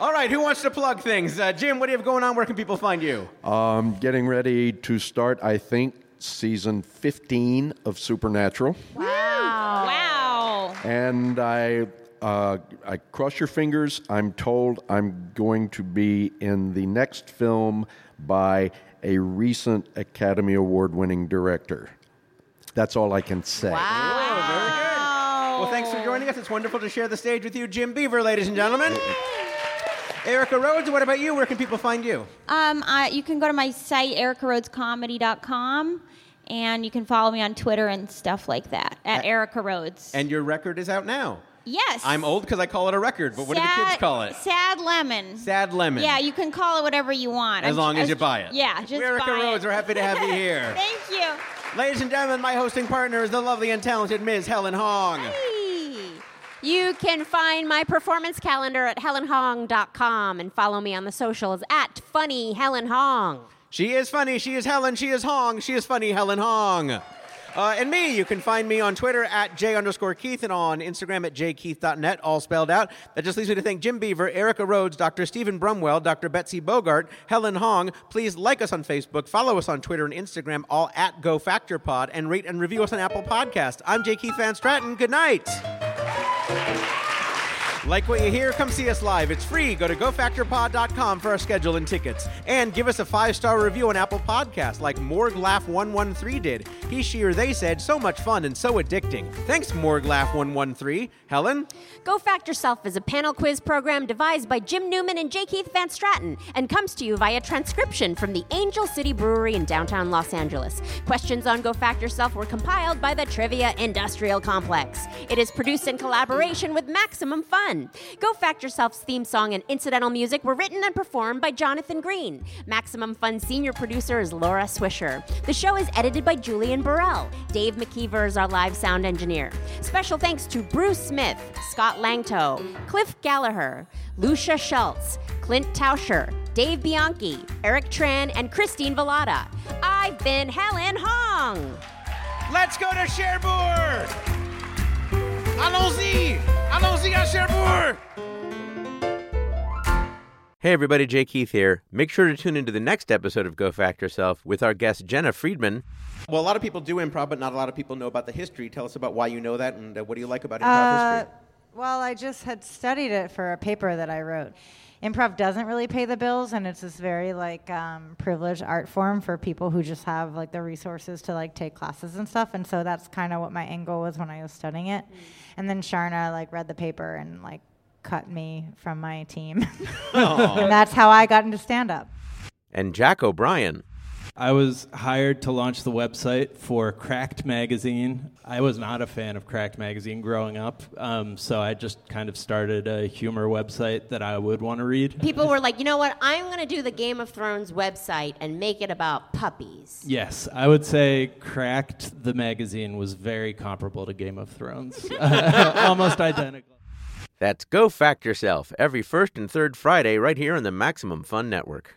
S2: All right, who wants to plug things? Uh, Jim, what do you have going on? Where can people find you?
S3: Um, getting ready to start, I think, season 15 of Supernatural.
S4: Wow. Wow.
S3: And I, uh, I cross your fingers. I'm told I'm going to be in the next film by a recent Academy Award winning director. That's all I can say.
S4: Oh.
S2: Well, thanks for joining us. It's wonderful to share the stage with you, Jim Beaver, ladies and gentlemen. Erica Rhodes, what about you? Where can people find you?
S4: Um, uh, you can go to my site, ericarhodescomedy.com, and you can follow me on Twitter and stuff like that at Erica Rhodes.
S2: And your record is out now.
S4: Yes.
S2: I'm old because I call it a record, but what do the kids
S4: Sad-
S2: call it?
S4: Sad Lemon.
S2: Sad Lemon.
S4: Yeah, you can call it whatever you want.
S2: As
S4: I'm-
S2: long as
S4: I'm-
S2: you buy it.
S4: Yeah, just
S2: Erica
S4: buy
S2: Rhodes,
S4: it.
S2: we're happy to have you here.
S4: Thank you.
S2: Ladies and gentlemen, my hosting partner is the lovely and talented Ms. Helen Hong.
S1: You can find my performance calendar at helenhong.com and follow me on the socials at funny Helen Hong.
S2: She is funny. She is Helen. She is Hong. She is funny, Helen Hong. Uh, and me, you can find me on Twitter at J underscore Keith and on Instagram at jkeith.net, all spelled out. That just leaves me to thank Jim Beaver, Erica Rhodes, Dr. Stephen Brumwell, Dr. Betsy Bogart, Helen Hong. Please like us on Facebook, follow us on Twitter and Instagram, all at GoFactorPod, and rate and review us on Apple Podcast. I'm J. Keith Van Stratton. Good night. Like what you hear? Come see us live. It's free. Go to gofactorpod.com for our schedule and tickets. And give us a five star review on Apple Podcasts, like MorgLaugh113 did. He, she, or they said, so much fun and so addicting. Thanks, MorgLaugh113. Helen?
S1: Go Fact Yourself is a panel quiz program devised by Jim Newman and J. Keith Van Stratton and comes to you via transcription from the Angel City Brewery in downtown Los Angeles. Questions on Go Fact Yourself were compiled by the Trivia Industrial Complex. It is produced in collaboration with Maximum Fun. Go Fact Yourself's theme song and incidental music were written and performed by Jonathan Green. Maximum Fun senior producer is Laura Swisher. The show is edited by Julian Burrell. Dave McKeever is our live sound engineer. Special thanks to Bruce Smith, Scott Langto, Cliff Gallagher, Lucia Schultz, Clint Tauscher, Dave Bianchi, Eric Tran, and Christine Velada. I've been Helen Hong.
S2: Let's go to Cherbourg! Allons-y! Allons-y à Cherbourg! Hey everybody, Jay Keith here. Make sure to tune into the next episode of Go Fact Yourself with our guest Jenna Friedman. Well, a lot of people do improv, but not a lot of people know about the history. Tell us about why you know that and uh, what do you like about improv
S15: Uh, well, I just had studied it for a paper that I wrote. Improv doesn't really pay the bills, and it's this very like um, privileged art form for people who just have like the resources to like take classes and stuff. And so that's kind of what my angle was when I was studying it. And then Sharna like read the paper and like cut me from my team,
S2: Aw.
S15: and that's how I got into stand up.
S2: And Jack O'Brien.
S18: I was hired to launch the website for Cracked Magazine. I was not a fan of Cracked Magazine growing up, um, so I just kind of started a humor website that I would want to read.
S1: People were like, you know what? I'm going to do the Game of Thrones website and make it about puppies.
S18: Yes, I would say Cracked the magazine was very comparable to Game of Thrones, almost identical.
S2: That's Go Fact Yourself every first and third Friday right here on the Maximum Fun Network.